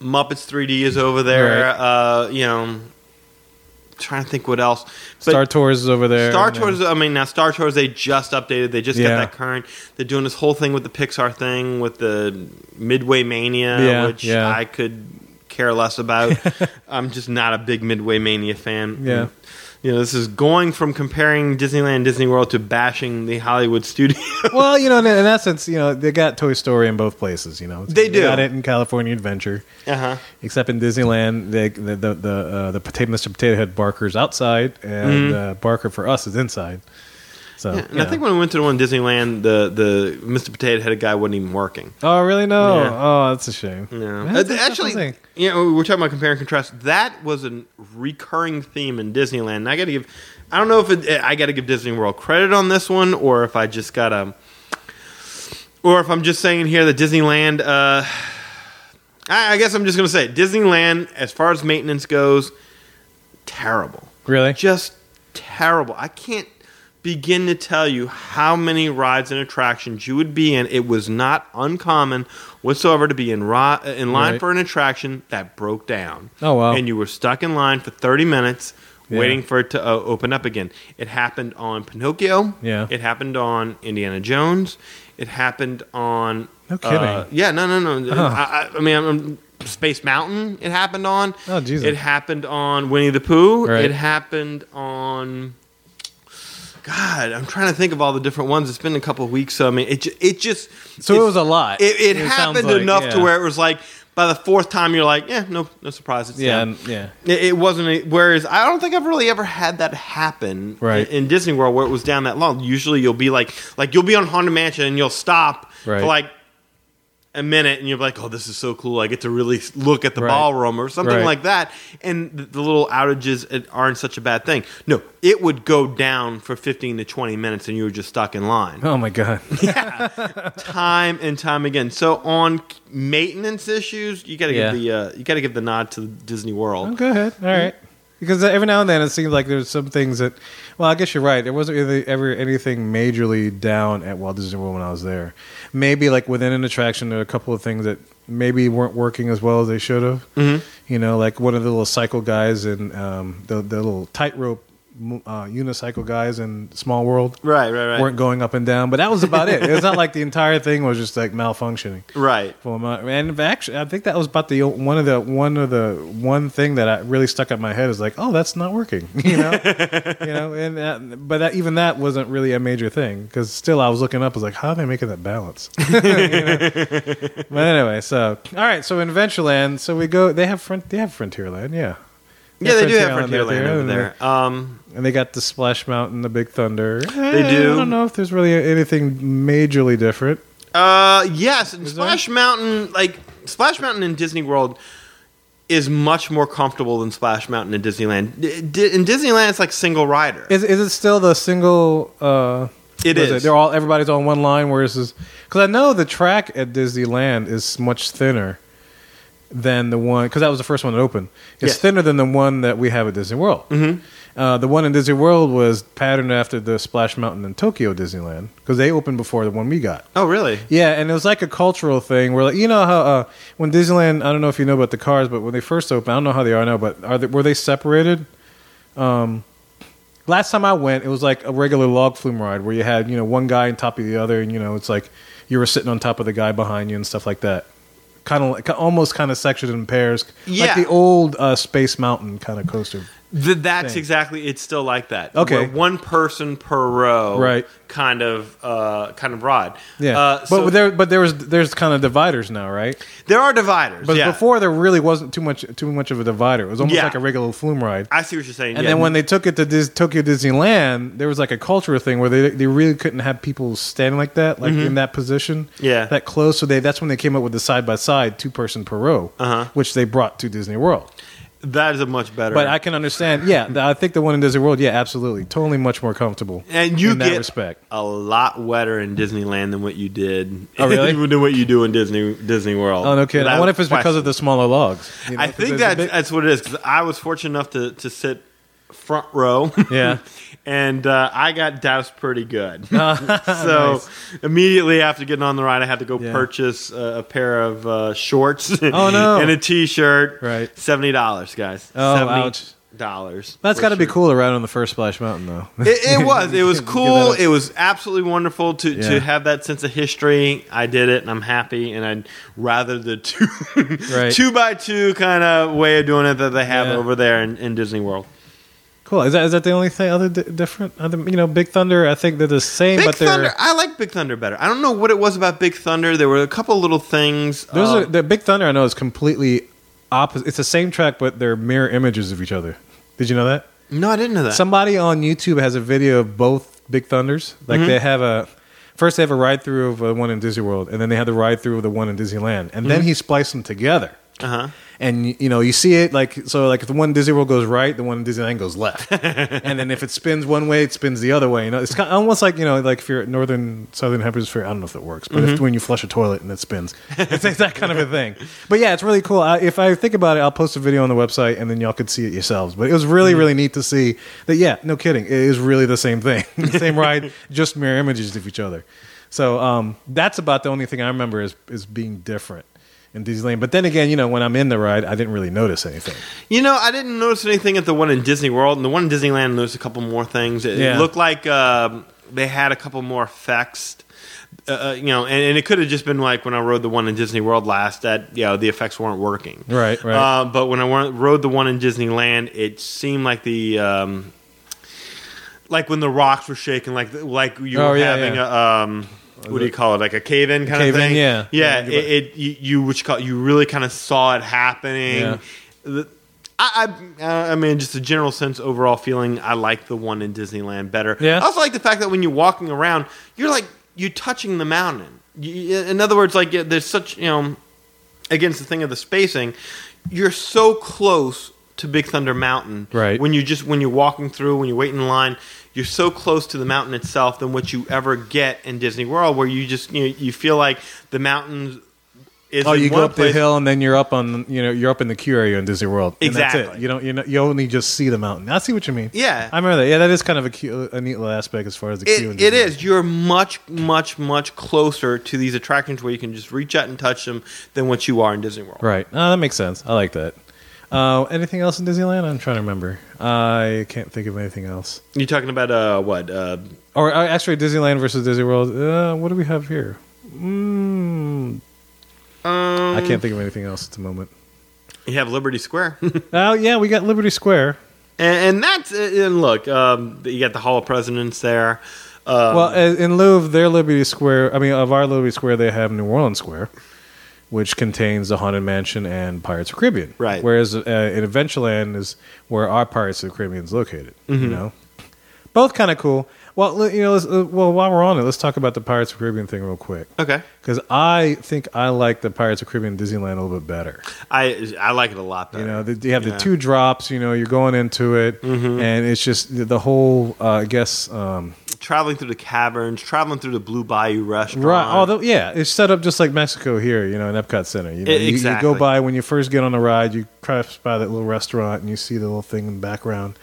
S2: Muppets 3D is over there. Uh, you know, trying to think what else. But-
S1: Star Tours is over there.
S2: Star
S1: and then-
S2: Tours. I mean, now Star Tours. They just updated. They just
S1: Yeah.
S2: got that current. They're doing this whole thing with the Pixar thing with the Midway Mania,
S1: Yeah,
S2: which
S1: yeah.
S2: I could care less about. I'm just not a big Midway Mania fan. Mm.
S1: Yeah.
S2: You know, this is going from comparing Disneyland, Disney World to bashing the Hollywood studio.
S1: well, you know, in, in that sense, you know, they got Toy Story in both places. You know,
S2: They do.
S1: got it in California Adventure,
S2: uh huh.
S1: except in Disneyland, they, the the the uh, the potato, Mr. Potato Head Barker's outside, and uh, Barker for us is inside. So,
S2: Mm-hmm. Yeah, and
S1: you
S2: I think
S1: know.
S2: when we went to the one in Disneyland, the the Mr. Potato Head guy wasn't even working.
S1: oh, really? No.
S2: Yeah.
S1: Oh, that's a shame.
S2: No.
S1: Man,
S2: Uh,
S1: that's a tough
S2: actually,
S1: thing.
S2: you know, we we're talking about compare and contrast. That was a recurring theme in Disneyland. And I got to give, I don't know if it, eh, I got to give Disney World credit on this one, or if I just got to, or if I'm just saying here that Disneyland. Uh, I, I guess I'm just going to say it. Disneyland, as far as maintenance goes, terrible,
S1: really?
S2: just terrible. I can't begin to tell you how many rides and attractions you would be in. It was not uncommon whatsoever to be in ri- uh, in line
S1: Right.
S2: for an attraction that broke down.
S1: Oh, wow.
S2: And you were stuck in line for 30 minutes
S1: Yeah.
S2: waiting for it to uh, open up again. It happened on Pinocchio.
S1: Yeah.
S2: It happened on Indiana Jones. It happened on
S1: No kidding.
S2: uh, yeah, no, no, no.
S1: Oh.
S2: I, I, I mean, I'm, Space Mountain. It happened on.
S1: Oh, Jesus.
S2: It happened on Winnie the Pooh.
S1: Right.
S2: It happened on. God, I'm trying to think of all the different ones. It's been a couple of weeks, so I mean, it ju- it just
S1: So it
S2: it's-
S1: was a lot.
S2: It, it,
S1: It sounds
S2: happened
S1: like,
S2: enough to
S1: yeah.
S2: where it was like by the fourth time you're like, yeah, no, no surprise. It's
S1: yeah,
S2: down.
S1: and- yeah.
S2: It, it wasn't. A, whereas I don't think I've really ever had that happen
S1: Right.
S2: in, in Disney World where it was down that long. Usually you'll be like, like you'll be on Haunted Mansion and you'll stop
S1: Right.
S2: for like a minute and you're like, oh, this is so cool. I get to really look at the
S1: Right.
S2: ballroom or something
S1: Right.
S2: like that. And the, the little outages it- aren't such a bad thing. No, it would go down for 15 to 20 minutes and you were just stuck in line
S1: Oh my god.
S2: time and time again. So on maintenance issues, you got to
S1: Yeah.
S2: give the uh, you got to give the nod to Disney World.
S1: Go ahead. All right. Because every now and then it seems like there's some things that, well, I guess you're right. There wasn't really ever anything majorly down at Walt Disney World when I was there. Maybe like within an attraction, there are a couple of things that maybe weren't working as well as they should have. Mm-hmm. You know, like one of the little cycle guys and um, the the little tightrope mo- uh, unicycle guys in Small World
S2: Right, right, right.
S1: weren't going up and down. But that was about it. It's not like the entire thing was just like malfunctioning.
S2: Right.
S1: Well, my, and actually, I think that was about the o- one of the one of the one thing that I really stuck up my head is like, oh, that's not working, you know, you know, and uh but that, even that wasn't really a major thing because still I was looking up, I was like, how are they making that balance? You know? But anyway, so all right, so in Adventureland, so we go, they have front, they have Frontierland, yeah,
S2: Yeah, they do have
S1: out
S2: Frontierland over there. Um,
S1: and they got the Splash Mountain, the Big Thunder. They
S2: do.
S1: I don't know if there's really anything majorly different.
S2: uh, yes, and
S1: there?
S2: Splash Mountain, like Splash Mountain in Disney World, is much more comfortable than Splash Mountain in Disneyland. D- D- in Disneyland, it's like single rider.
S1: Is is it still the single? Uh,
S2: It
S1: what
S2: is.
S1: They're all everybody's on one line. Whereas, because I know the track at Disneyland is much thinner than the one because that was the first one that opened. It's
S2: Yes.
S1: thinner than the one that we have at Disney World. Mm-hmm. Uh, the one in Disney World was patterned after the Splash Mountain in Tokyo Disneyland because they opened before the one we got.
S2: oh, really?
S1: Yeah, and it was like a cultural thing where, like, you know how uh, when Disneyland, I don't know if you know about the cars, but when they first opened, I don't know how they are now, but are they, were they separated? Um, last time I went, it was like a regular log flume ride where you had you know one guy on top of the other, and you know it's like you were sitting on top of the guy behind you and stuff like that. Kind of like almost kind of sectioned in pairs,
S2: Yeah.
S1: like the old uh, Space Mountain kind of coaster.
S2: Th- that's
S1: thing.
S2: exactly. It's still like that.
S1: Okay.
S2: where one person per row,
S1: Right.
S2: Kind of, uh, kind of rod.
S1: Yeah,
S2: Uh, so
S1: but there, but there was there's kind of dividers now, right?
S2: there are dividers.
S1: But
S2: yeah.
S1: before there really wasn't too much too much of a divider. It was almost
S2: Yeah.
S1: like a regular flume ride.
S2: I see what you're saying.
S1: And
S2: yeah.
S1: then when they took it to Dis- Tokyo Disneyland, there was like a cultural thing where they they really couldn't have people standing like that, like in that position,
S2: Mm-hmm. Yeah.
S1: that close. So they that's when they came up with the side by side two person per row,
S2: Uh-huh.
S1: which they brought to Disney World.
S2: that is a much better.
S1: But I can understand, yeah, th- I think the one in Disney World, yeah, absolutely, totally much more comfortable,
S2: and you
S1: in
S2: get
S1: that respect.
S2: a lot wetter in Disneyland than what you did.
S1: Oh, really?
S2: than what you do in Disney Disney World.
S1: Oh no, kidding! I
S2: Without
S1: wonder if it's
S2: question.
S1: because of the smaller logs. you know,
S2: I
S1: 'cause
S2: think
S1: there's a
S2: that's,
S1: big-
S2: that's what it is. 'cause I was fortunate enough to, to sit front row.
S1: Yeah.
S2: and uh, I got doused pretty good. so immediately after getting on the ride, I had to go
S1: Yeah.
S2: purchase a, a pair of uh, shorts.
S1: Oh, no.
S2: and a t-shirt.
S1: Right.
S2: Seventy dollars, guys.
S1: Oh, ouch.
S2: Seventy dollars.
S1: That's got to be cool to ride on the first Splash Mountain, though.
S2: It, it was. It was
S1: Give
S2: cool.
S1: that a-
S2: It was absolutely wonderful to,
S1: Yeah.
S2: to have that sense of history. I did it, and I'm happy. And I'd rather the two
S1: Right.
S2: two by two kind of way of doing it that they have
S1: Yeah.
S2: over there in, in Disney World.
S1: cool. Is that is that the only thing other di- different? Other, you know, Big Thunder. I think they're the same,
S2: Big
S1: but they're
S2: Thunder. I like Big Thunder better. I don't know what it was about Big Thunder. There were a couple little things.
S1: those
S2: um,
S1: are the Big Thunder. I know is completely opposite. It's the same track, but they're mirror images of each other. Did you know that?
S2: no, I didn't know that.
S1: Somebody on YouTube has a video of both Big Thunders. Like they have a first they have a ride through of uh, one in Disney World, and then they have the ride through of the one in Disneyland, and then he spliced them together.
S2: uh huh.
S1: and you- you know you see it like so like if the one Disney World goes right, the one in Disneyland goes left, and then if it spins one way, it spins the other way. You know, it's kind of almost like you know like if you're at northern southern hemisphere, I don't know if it works, but if, when you flush a toilet and it spins, it's like that kind of a thing. But yeah, it's really cool. I, if I think about it, I'll post a video on the website, and then y'all could see it yourselves. But it was really really neat to see that. Yeah, no kidding, it is really the same thing, the same ride, just mirror images of each other. So um, that's about the only thing I remember is is being different in Disneyland. But then again, you know, when I'm in the ride, I didn't really notice anything.
S2: You know, I didn't notice anything at the one in Disney World, and the one in Disneyland noticed a couple more things. It, it
S1: Yeah.
S2: looked like um, they had a couple more effects. Uh, uh, you know, and, and it could have just been like when I rode the one in Disney World last that you know the effects weren't working.
S1: Right, right.
S2: Uh, but when I wa- rode the one in Disneyland, it seemed like the um, like when the rocks were shaking, like the- like you
S1: Oh,
S2: were
S1: yeah,
S2: having
S1: yeah.
S2: a um, what do you call it, like a cave in kind of
S1: cave-in,
S2: thing.
S1: yeah.
S2: yeah.
S1: Yeah,
S2: It, it you, you what you call you really kind of saw it happening.
S1: Yeah.
S2: The- I, I, uh, I mean, just a general sense, overall feeling. I like the one in Disneyland better.
S1: Yeah.
S2: I also like the fact that when you're walking around, you're like you're touching the mountain. You, in other words, like there's such you know, against the thing of the spacing, you're so close to Big Thunder Mountain.
S1: Right.
S2: When you just when you're walking through, when you wait in line, you're so close to the mountain itself than what you ever get in Disney World, where you just you know, you feel like the mountains. Is
S1: Oh,
S2: in
S1: you go
S2: one
S1: up the
S2: place-
S1: hill and then you're up on you know you're up in the queue area in Disney World. And That's it.
S2: Exactly.
S1: You don't you know, you only just see the mountain. I see what you mean.
S2: Yeah.
S1: I remember that. Yeah, that is kind of a, cute, a neat little aspect as far as the queue. in
S2: It, it
S1: Disney.
S2: is. You're much, much, much closer to these attractions where you can just reach out and touch them than what you are in Disney World.
S1: right. Oh, that makes sense. I like that. Uh, anything else in Disneyland? I'm trying to remember. I can't think of anything else.
S2: You're talking about uh, what? Uh,
S1: Or uh, actually, Disneyland versus Disney World. Uh, what do we have here? Mm, I can't think of anything else at the moment.
S2: um, you have Liberty Square, and,
S1: Oh yeah, we got Liberty Square.
S2: and that's and look, um, you got the Hall of Presidents there. Uh,
S1: Well, a- in lieu of their Liberty Square, I mean, of our Liberty Square, they have New Orleans Square, which contains the Haunted Mansion and Pirates of the Caribbean.
S2: Right.
S1: Whereas uh, in Adventureland is where our Pirates of the Caribbean is located.
S2: Mm-hmm.
S1: You know, both kind of cool. Well, let- you know, let's, uh, well, while we're on it, let's talk about the Pirates of the Caribbean thing real quick
S2: okay,
S1: because I think I like the Pirates of the Caribbean Disneyland a little bit better.
S2: I I like it a lot better.
S1: You know, the, you have
S2: Yeah. Mm-hmm.
S1: the two drops. You know, you're going into it, and it's just the, the whole. Uh, I guess. Um,
S2: traveling through the caverns, traveling through the Blue Bayou restaurant.
S1: Right. Oh, Although, yeah, it's set up just like Mexico here, you know, in Epcot Center. You, know,
S2: E-
S1: you- you,
S2: exactly.
S1: go by when you first get on the ride, you cross by that little restaurant and you see the little thing in the background.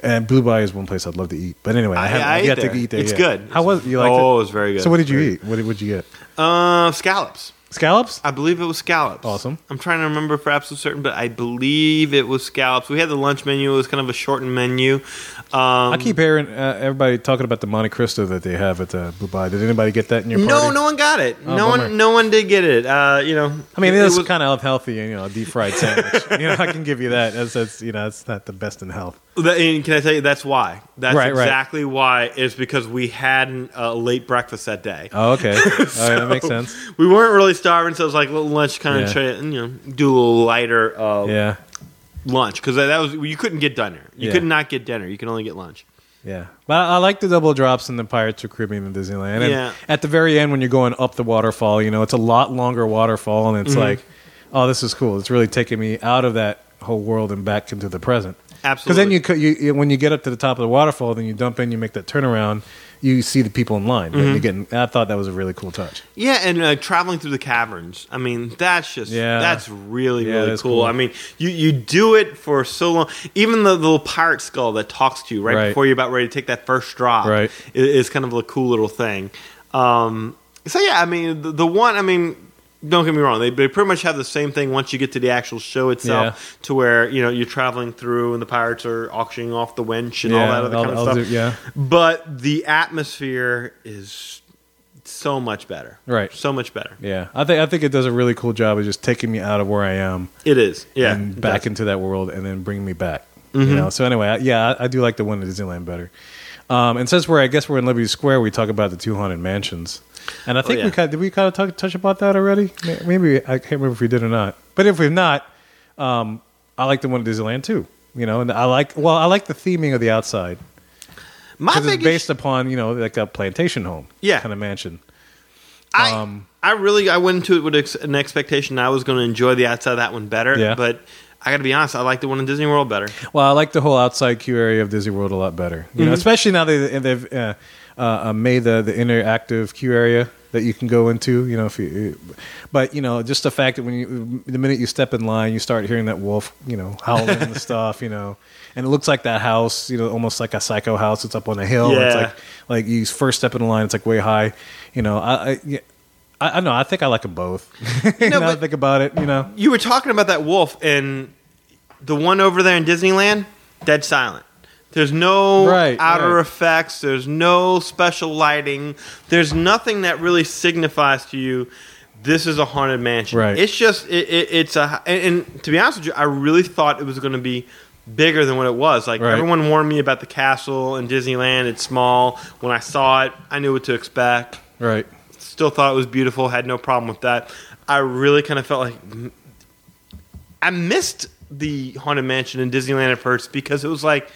S1: And Blue Bayou is one place I'd love to eat, but anyway, I,
S2: I-
S1: haven't
S2: I ate
S1: yet
S2: there.
S1: to eat there.
S2: It's
S1: yet.
S2: good.
S1: How was you like?
S2: Oh, it was very good.
S1: So, what did you
S2: Very
S1: eat? What did would you get?
S2: uh, scallops.
S1: Scallops?
S2: I believe it was scallops.
S1: Awesome.
S2: I'm trying to remember for absolute certain, but I believe it was scallops. We had the lunch menu. It was kind of a shortened menu. Um,
S1: I keep hearing uh, everybody talking about the Monte Cristo that they have at the Blue Bay. Did anybody get that in your
S2: no,
S1: party?
S2: no one got it.
S1: Oh,
S2: no
S1: bummer.
S2: one, no one did get it. Uh, you know,
S1: I mean,
S2: it,
S1: it is
S2: was-
S1: kind of healthy, you know, a deep fried sandwich. you know, I can give you that. That's, that's you know, it's not the best in health.
S2: That- and can I tell you that's why? That's
S1: Right, right.
S2: exactly why is because we had an- a late breakfast that day.
S1: Oh, okay. All right, that makes sense.
S2: We weren't really starving, so it was like little lunch, kind of
S1: Yeah.
S2: try you know do a little lighter uh,
S1: Yeah,
S2: lunch because that, that was you couldn't get dinner. You
S1: Yeah.
S2: could not get dinner. You can only get lunch.
S1: yeah. But I, I like the double drops in the Pirates of the Caribbean and Disneyland. And
S2: Yeah.
S1: At the very end, when you're going up the waterfall, you know, it's a lot longer waterfall, and it's
S2: Mm-hmm.
S1: like, oh, this is cool. It's really taking me out of that whole world and back into the present. Because
S2: Absolutely.
S1: then you, cou- you you- when you get up to the top of the waterfall, then you dump in, you make that turnaround, you see the people in line.
S2: Mm-hmm.
S1: And you get in- I thought that was a really cool touch.
S2: Yeah, and uh, traveling through the caverns. I mean, that's just
S1: Yeah.
S2: that's really
S1: Yeah,
S2: really
S1: that's
S2: cool.
S1: cool.
S2: I mean, you you do it for so long. Even the, the little pirate skull that talks to you right,
S1: Right.
S2: before you're about ready to take that first drop
S1: Right.
S2: i- is, kind of a cool little thing. Um, so yeah, I mean, the, the one I mean. Don't get me wrong; they, they pretty much have the same thing once you get to the actual show itself, to where you know you're traveling through and the pirates are auctioning off the wench and all
S1: Yeah,
S2: that other
S1: all-
S2: kind of
S1: all
S2: stuff.
S1: the- yeah.
S2: but the atmosphere is so much better.
S1: Right.
S2: So much better.
S1: Yeah, I think I think it does a really cool job of just taking me out of where I am
S2: It is. Yeah.
S1: and back into that world, and then bringing me back.
S2: Mm-hmm.
S1: You know. So anyway, I, yeah, I, I do like the one at Disneyland better. Um, and since we're, I guess we're in Liberty Square, we talk about the two haunted mansions, and I think
S2: Oh, yeah.
S1: we kind did we kind of talk, touch about that already. May- Maybe I can't remember if we did or not. But if we've not, um, I like the one at Disneyland too. You know, and I like well, I like the theming of the outside
S2: My
S1: because it's
S2: biggest,
S1: based upon you know like a plantation home,
S2: Yeah.
S1: kind of mansion.
S2: I,
S1: um,
S2: I really I went into it with ex- an expectation I was going to enjoy the outside of that one better.
S1: Yeah.
S2: But I got to be honest, I like the one in Disney World better.
S1: Well, I like the whole outside queue area of Disney World a lot better. You know,
S2: Mm-hmm.
S1: especially now they, they've uh, uh, uh, made the the interactive queue area that you can go into. You know, if you, but you know, just the fact that when you the minute you step in line, you start hearing that wolf, you know, howling and stuff. You know, and it looks like that house, you know, almost like a psycho house. It's up on a hill. and It's
S2: Yeah.
S1: like like you first step in the line, it's like way high. You know, I. I yeah, I, I don't know. I think I like them both.
S2: No,
S1: now that I
S2: but-
S1: think about it, you know.
S2: You were talking about that wolf and the one over there in Disneyland, dead silent. There's no
S1: Right,
S2: outer
S1: right.
S2: effects. There's no special lighting. There's nothing that really signifies to you this is a haunted mansion.
S1: Right.
S2: It's just it, it, it's a and, and to be honest with you, I really thought it was going to be bigger than what it was. Like
S1: Right.
S2: everyone warned me about the castle in Disneyland. It's small. When I saw it, I knew what to expect
S1: Right.
S2: still thought it was beautiful had no problem with that i really kind of felt like m- i missed the haunted mansion in disneyland at first because it was like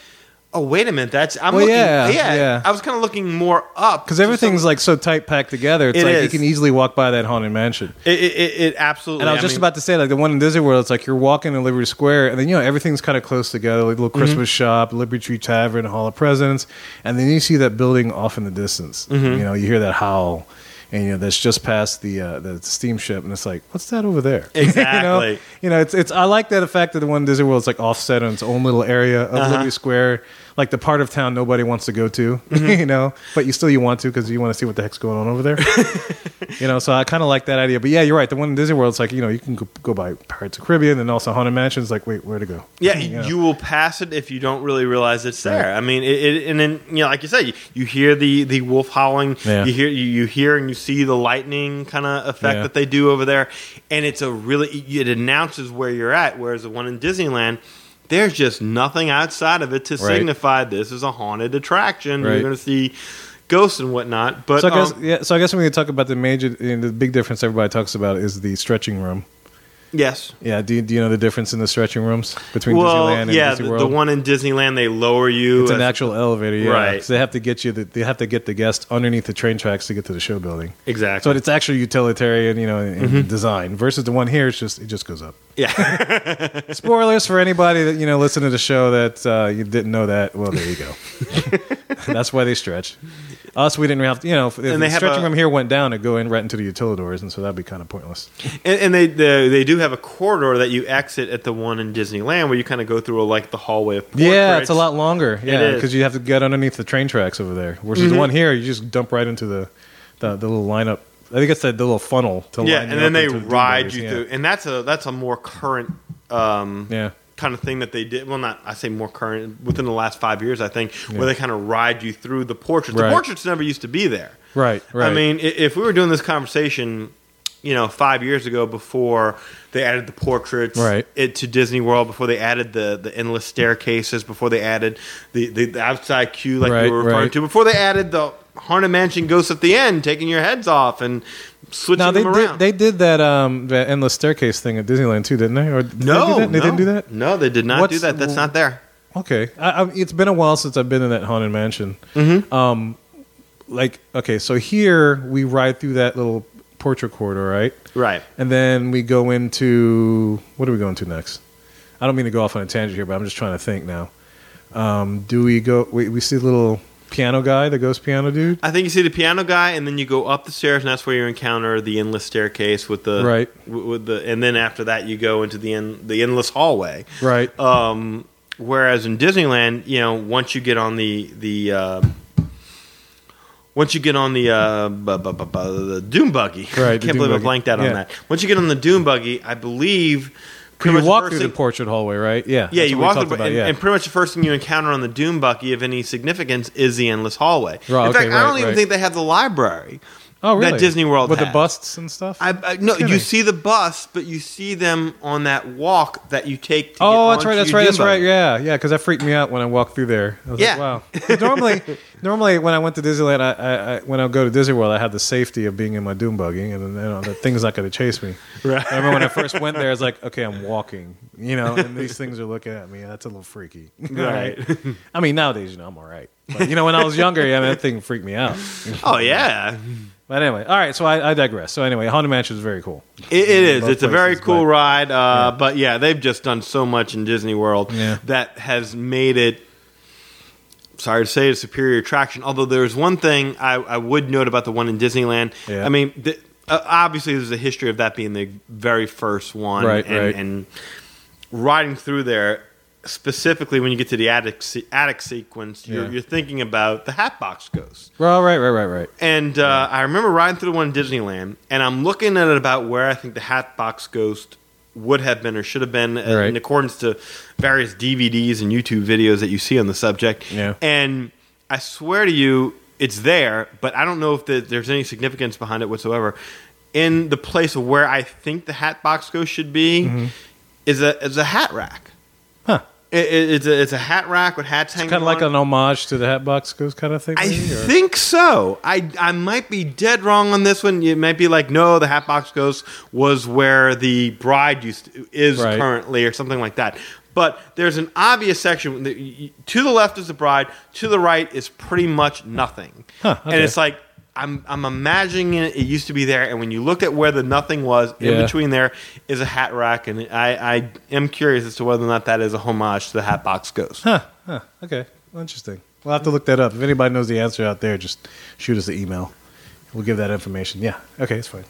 S2: oh wait a minute that's i'm
S1: Well,
S2: looking
S1: yeah,
S2: yeah,
S1: yeah.
S2: i was kind of looking more up
S1: Because everything's like so tight packed together, it's
S2: It
S1: like you
S2: is.
S1: can easily walk by that haunted mansion.
S2: it, it, it, it absolutely
S1: And I was just
S2: mean,
S1: about to say, like the one in Disney World, it's like you're walking in Liberty Square, and then you know everything's kind of close together, like little Christmas shop, Liberty Tree Tavern, Hall of Presidents, and then you see that building off in the distance. You know, you hear that howl, and you know that's just past the uh, the steamship, and it's like, what's that over there? you know,
S2: Exactly.
S1: you know, it's it's I like that effect that the one in Disney World is like offset on its own little area of
S2: Uh-huh.
S1: Liberty Square, like the part of town nobody wants to go to,
S2: Mm-hmm.
S1: you know, but you still you want to because you want to see what the heck's going on over there. You know, so I kind of like that idea. But yeah, you're right. The one in Disney World, it's like you know you can go, go by Pirates of the Caribbean and also Haunted Mansion. It's like wait, where to go?
S2: yeah,
S1: You know.
S2: you will pass it if you don't really realize it's there. I mean, it, it, and then you know, like you said, you, you hear the, the wolf howling,
S1: Yeah.
S2: you hear you, you hear and you see the lightning kind of effect
S1: Yeah.
S2: that they do over there, and it's a really it announces where you're at. Whereas the one in Disneyland, there's just nothing outside of it to
S1: Right.
S2: signify this is a haunted attraction.
S1: Right.
S2: You're going to see ghosts and whatnot. But
S1: So I guess
S2: um,
S1: yeah. So I guess when we talk about the major, you know, the big difference everybody talks about is the stretching room.
S2: yes,
S1: Yeah. Do you, do you know the difference in the stretching rooms between
S2: well,
S1: Disneyland and
S2: yeah,
S1: Disney
S2: the,
S1: World?
S2: the one in Disneyland they lower you. Uh,
S1: it's an
S2: as-
S1: actual elevator, yeah.
S2: Right.
S1: So they have to get you. The, they have to get the guest underneath the train tracks to get to the show building.
S2: exactly.
S1: So it's actually utilitarian, you know, in,
S2: Mm-hmm.
S1: in design versus the one here. It's just it just goes up.
S2: yeah.
S1: Spoilers for anybody that you know listened to the show that uh, you didn't know that. Well, there you go. That's why they stretch. Us, we didn't have to, you know, if, if
S2: they
S1: the
S2: have
S1: stretching
S2: a-
S1: room here went down, it'd go in right into the utilidors, and so that'd be kind of pointless.
S2: And, and they, they they do have a corridor that you exit at the one in Disneyland where you kind of go through like the hallway of portraits.
S1: Yeah, it's a lot longer. Yeah,
S2: is. Mm-hmm.
S1: because you have to get underneath the train tracks over there. Versus the one here, you just dump right into the the, the little lineup I think it's that little funnel to
S2: yeah,
S1: line
S2: and
S1: you
S2: then
S1: up
S2: they
S1: into the
S2: ride
S1: Dewberries,
S2: you
S1: yeah.
S2: through, and that's a that's a more current um,
S1: Yeah.
S2: kind of thing that they did. Well, not I say more current within the last five years, I think, where they kind of ride you through the portraits.
S1: Right.
S2: The portraits never used to be there.
S1: Right, right.
S2: I mean, i- if we were doing this conversation, you know, five years ago before they added the portraits
S1: Right.
S2: it, to Disney World, before they added the, the endless staircases, before they added the, the, the outside queue like
S1: Right,
S2: you were referring
S1: right.
S2: to, before they added the Haunted Mansion ghosts at the end, taking your heads off and switching
S1: Now they
S2: them
S1: did
S2: around.
S1: they did that um that endless staircase thing at Disneyland too, didn't they? Or did they, do
S2: no,
S1: that? they
S2: no,
S1: didn't do that.
S2: No, they did not do
S1: What's-
S2: that. That's not there.
S1: Okay, I, I, it's been a while since I've been in that haunted mansion.
S2: Mm-hmm.
S1: Um, like okay, so here we ride through that little portrait corridor, right?
S2: Right.
S1: And then we go into what are we going to next? I don't mean to go off on a tangent here, but I'm just trying to think now. Um, do we go? We, we see the little piano guy, the ghost piano dude.
S2: I think you see the piano guy, and then you go up the stairs, and that's where you encounter the endless staircase with the
S1: Right.
S2: w- with the, and then after that you go into the end, the endless hallway.
S1: Right.
S2: Um, whereas in Disneyland, you know, once you get on the the uh, once you get on the uh, bu- bu- bu- bu- the doom buggy,
S1: Right,
S2: I
S1: the
S2: can't
S1: dune
S2: believe I
S1: buggy.
S2: blanked out
S1: Yeah.
S2: on that. Once you get on the doom buggy, I believe. pretty
S1: you
S2: much
S1: walk
S2: first
S1: through
S2: thing-
S1: the portrait hallway, right? Yeah.
S2: yeah,
S1: that's
S2: you
S1: what we
S2: walk
S1: talked
S2: through, and,
S1: yeah.
S2: and pretty much the first thing you encounter on the Doom Bucky of any significance is the endless hallway.
S1: Right,
S2: In fact,
S1: okay,
S2: I
S1: right,
S2: don't even
S1: right.
S2: think they have the library.
S1: oh, really?
S2: that Disney World
S1: with the
S2: has.
S1: busts and stuff.
S2: I, I no,
S1: Kidding.
S2: you see the bus, but you see them on that walk that you take. to
S1: Oh,
S2: get
S1: that's right,
S2: onto
S1: that's
S2: your
S1: right,
S2: Doom
S1: that's right.
S2: Buggy.
S1: Yeah, yeah, because that freaked me out when I walked through there. I was
S2: Yeah.
S1: like, wow. 'Cause normally, normally when I went to Disneyland, I, I, I when I go to Disney World, I have the safety of being in my doom buggy, and then you know, the thing's not going to chase me.
S2: Right.
S1: I remember when I first went there, I was like, okay, I'm walking, you know, and these things are looking at me. That's a little freaky.
S2: Right.
S1: I mean, nowadays, you know, I'm all right. But, you know, when I was younger, yeah, that thing freaked me out.
S2: Oh yeah,
S1: But anyway, all right, so I, I digress. So anyway, Haunted Mansion is very cool.
S2: It, it is.
S1: both
S2: It's a very
S1: places,
S2: cool
S1: but-
S2: ride. Uh, But yeah, they've just done so much in Disney World
S1: Yeah.
S2: that has made it. Sorry to say, a superior attraction. Although there's one thing I, I would note about the one in Disneyland.
S1: Yeah.
S2: I mean, th- uh, obviously there's a history of that being the very first one,
S1: Right,
S2: and,
S1: right.
S2: and riding through there. Specifically, when you get to the attic se- attic sequence, you're,
S1: Yeah.
S2: you're thinking about the Hatbox Ghost.
S1: Well, right, right, right, right.
S2: And uh, I remember riding through the one in Disneyland, and I'm looking at it about where I think the Hatbox Ghost would have been or should have been uh,
S1: Right.
S2: in accordance to various DVDs and YouTube videos that you see on the subject.
S1: Yeah.
S2: And I swear to you, it's there, but I don't know if the, there's any significance behind it whatsoever. In the place of where I think the Hatbox Ghost should be is a is a hat rack.
S1: Mm-hmm. Huh.
S2: It, it- it's, a, it's a hat rack with hats hanging.
S1: Kind of like
S2: on.
S1: an homage to the Hatbox Ghost kind of thing.
S2: I
S1: maybe, or-
S2: think so. I I might be dead wrong on this one. It might be like no, the Hatbox Ghost was where the bride used to, is
S1: Right.
S2: currently, or something like that. But there's an obvious section. that y- y- To the left is the bride. To the right is pretty much nothing.
S1: Huh, okay.
S2: And it's like I'm I'm imagining it, it used to be there. And when you looked at where the nothing was
S1: Yeah.
S2: in between there is a hat rack. And I I am curious as to whether or not that is a homage to the Hatbox Ghost.
S1: Huh. Huh. Okay. Well, interesting. We'll have to look that up. If anybody knows the answer out there, just shoot us the email. We'll give that information. Yeah. Okay. It's fine.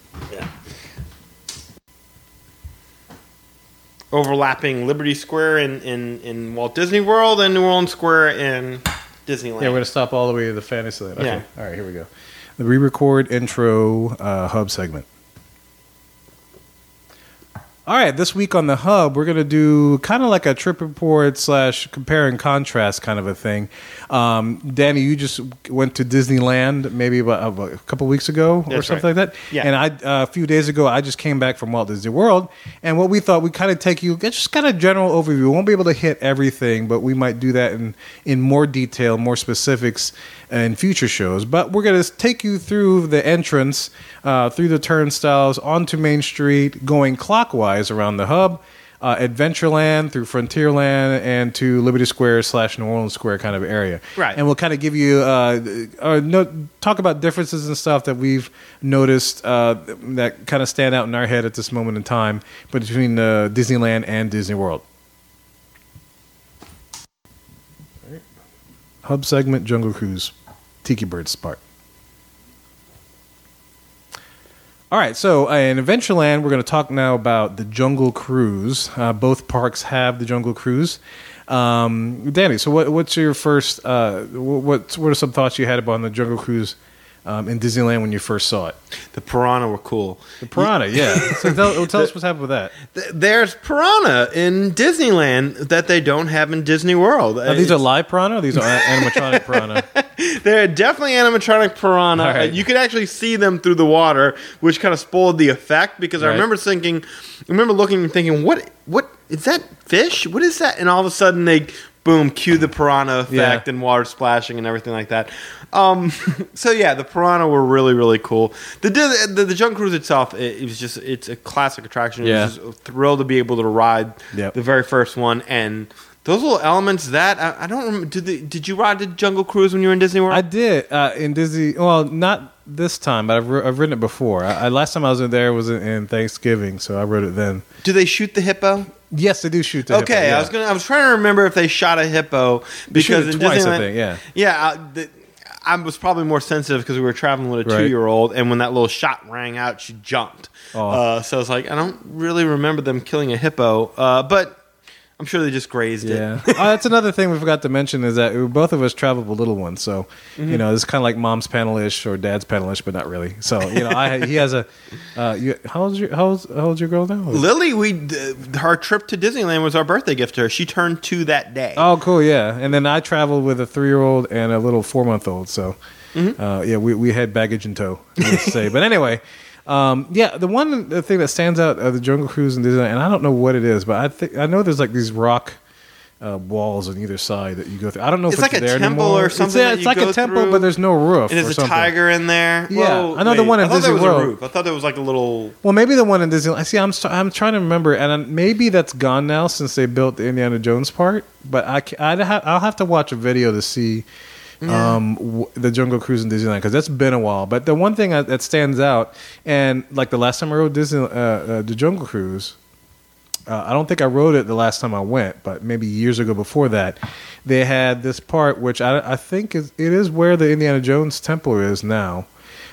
S2: overlapping Liberty Square in, in, in Walt Disney World and New Orleans Square in Disneyland.
S1: Yeah, we're gonna stop all the way to the Fantasyland. Okay.
S2: Yeah.
S1: All right. Here we go. The re-record intro uh, hub segment. All right. This week on the hub, we're gonna do kind of like a trip report slash compare and contrast kind of a thing. Um, Danny, you just went to Disneyland maybe about, about a couple weeks ago or
S2: That's
S1: something
S2: right.
S1: like that.
S2: Yeah.
S1: And I uh, a few days ago, I just came back from Walt Disney World, and what we thought we kind of take you it's just kind of general overview. We won't be able to hit everything, but we might do that in in more detail, more specifics in future shows. But we're gonna take you through the entrance, uh, through the turnstiles, onto Main Street, going clockwise around the hub. Uh, Adventureland through Frontierland and to Liberty Square slash New Orleans Square kind of area,
S2: Right.
S1: And we'll kind of give you uh, uh, no, talk about differences and stuff that we've noticed uh, that kind of stand out in our head at this moment in time, but between uh, Disneyland and Disney World. Hub segment Jungle Cruise, Tiki Bird Spark. All right, so uh, in Adventureland, we're going to talk now about the Jungle Cruise. Uh, both parks have the Jungle Cruise. Um, Danny, so what, what's your first? Uh, wh- what what are some thoughts you had about the Jungle Cruise um, in Disneyland when you first saw it.
S2: The piranha were cool.
S1: The piranha, yeah. So tell, tell us what's happened with that.
S2: Th- There's piranha in Disneyland that they don't have in Disney World.
S1: Now, these are live piranha. Or these are a- animatronic piranha.
S2: They're definitely animatronic piranha.
S1: All right.
S2: You could actually see them through the water, which kind of spoiled the effect because I
S1: Right.
S2: remember thinking, I remember looking and thinking, what, what is that fish? What is that? And all of a sudden they, boom, cue the piranha effect
S1: Yeah.
S2: and water splashing and everything like that. Um, so yeah, the piranha were really really cool. The Dis- the, the junk cruise itself, it, it was just it's a classic attraction. It
S1: Yeah.
S2: was just thrilled to be able to ride
S1: Yep.
S2: the very first one and. Those little elements that I, I don't remember. Did, the, did you ride the Jungle Cruise when you were in Disney World?
S1: I did uh, in Disney. Well, not this time, but I've, wr- I've written it before. I, I, last time I was in there was in, in Thanksgiving, so I wrote it then.
S2: Do they shoot the hippo?
S1: Yes, they do shoot. The
S2: okay,
S1: hippo, yeah.
S2: I was gonna. I was trying to remember if they shot a hippo
S1: shoot
S2: because
S1: it
S2: in
S1: twice, I
S2: Disneyland-
S1: think, yeah.
S2: yeah. I, the, I was probably more sensitive because we were traveling with a
S1: Right.
S2: two-year-old, and when that little shot rang out, she jumped.
S1: Aw.
S2: Uh, so I was like, I don't really remember them killing a hippo, uh, but I'm sure they just grazed it.
S1: Yeah, uh, that's another thing we forgot to mention is that both of us travel with little ones, so you know it's kind of like mom's panelish or dad's panelish, but not really. So you know, I he has a. Uh, you, how old's your how old's, how old's your girl now?
S2: Lily, we d- her trip to Disneyland was our birthday gift to her. She turned two that day.
S1: Oh, cool, yeah. And then I traveled with a three year old and a little four month old, so
S2: Mm-hmm.
S1: uh, yeah, we we had baggage in tow, let's say. But anyway. Um, yeah, the one the thing that stands out of the Jungle Cruise and Disneyland, and I don't know what it is, but I think I know there's like these rock uh, walls on either side that you go through. I don't know if
S2: It's
S1: it's
S2: like a
S1: there
S2: temple
S1: anymore.
S2: or
S1: It's-
S2: something
S1: yeah,
S2: that
S1: It's,
S2: you
S1: like
S2: go
S1: a temple,
S2: through.
S1: but there's no roof.
S2: and
S1: or
S2: there's a
S1: something.
S2: tiger in there.
S1: Yeah,
S2: Whoa,
S1: I know the
S2: wait,
S1: one
S2: I
S1: at
S2: thought
S1: Disney
S2: there was
S1: World.
S2: A roof. I thought there was like a little.
S1: Well, maybe the one in Disneyland. I see. I'm st- I'm trying to remember, and I'm, maybe that's gone now since they built the Indiana Jones part. But I ca- I'd ha- I'll have to watch a video to see um, w- the Jungle Cruise in Disneyland because that's been a while. But the one thing that, that stands out, and like the last time I rode Disney uh, uh, the Jungle Cruise, uh, I don't think I rode it the last time I went, but maybe years ago before that, they had this part which I, I think is it is where the Indiana Jones Temple is now,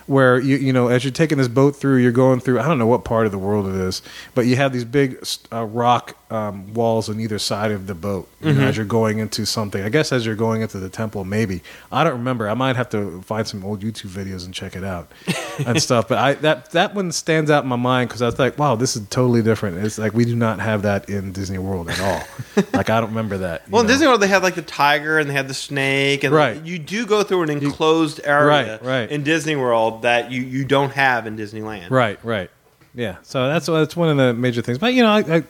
S1: where you you know as you're taking this boat through, you're going through I don't know what part of the world it is, but you have these big uh, rock um, walls on either side of the boat you know,
S2: Mm-hmm.
S1: as you're going into something. I guess as you're going into the temple, maybe I don't remember. I might have to find some old YouTube videos and check it out and stuff. But I that that one stands out in my mind because I was like, wow, this is totally different. It's like we do not have that in Disney World at all. like I don't remember that. you
S2: Well, in
S1: know?
S2: Disney World, they had like the tiger and they had the snake, and
S1: Right.
S2: you do go through an enclosed area
S1: Right, right.
S2: in Disney World that you, you don't have in Disneyland.
S1: Right, right. Yeah. So that's that's one of the major things. But you know, I I,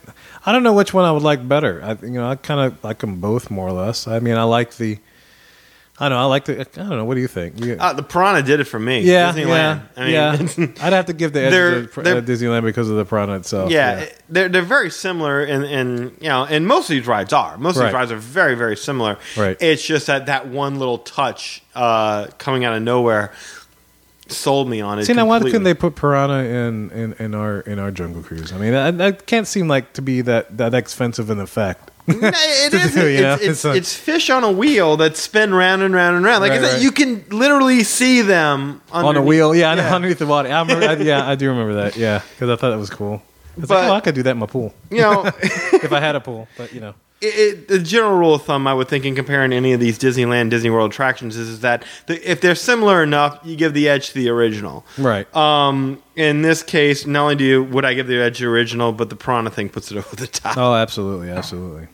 S1: I don't know which one I would like better. I you know, I kind of like them both more or less. I mean, I like the. I don't know. I like the. I don't know. What do you think? You-
S2: Uh, the piranha did it for me.
S1: yeah,
S2: Disneyland.
S1: yeah, yeah. I'd have to give the edge
S2: They're-
S1: to
S2: they're-
S1: uh, Disneyland because of the piranha itself.
S2: yeah, it- they're they're very similar, and and you know, and most of these rides are. Most of these
S1: Right.
S2: rides are very very similar.
S1: Right.
S2: It's just that that one little touch uh, coming out of nowhere sold me on it.
S1: See now, why couldn't
S2: completely.
S1: they put Piranha in, in, in our in our Jungle Cruise? I mean, that, that can't seem like to be that that expensive an effect.
S2: No, it
S1: to
S2: is.
S1: do, you
S2: it's,
S1: know?
S2: it's,
S1: It's a-
S2: it's fish on a wheel that spin round and round and round. Like I
S1: Right,
S2: said,
S1: right.
S2: you can literally see them
S1: on a
S2: underneath-
S1: wheel, yeah, underneath the water. I remember, I, yeah, I do remember that, yeah, because I thought that was cool. It's
S2: But-
S1: like, oh, I could do that in my pool
S2: You know,
S1: if I had a pool, but you know,
S2: it, it, the general rule of thumb I would think in comparing any of these Disneyland, Disney World attractions is, is that the, if they're similar enough, you give the edge to the original.
S1: right?
S2: Um, in this case, not only do you, would I give the edge to the original, but the piranha thing puts it over the top.
S1: oh, absolutely, absolutely.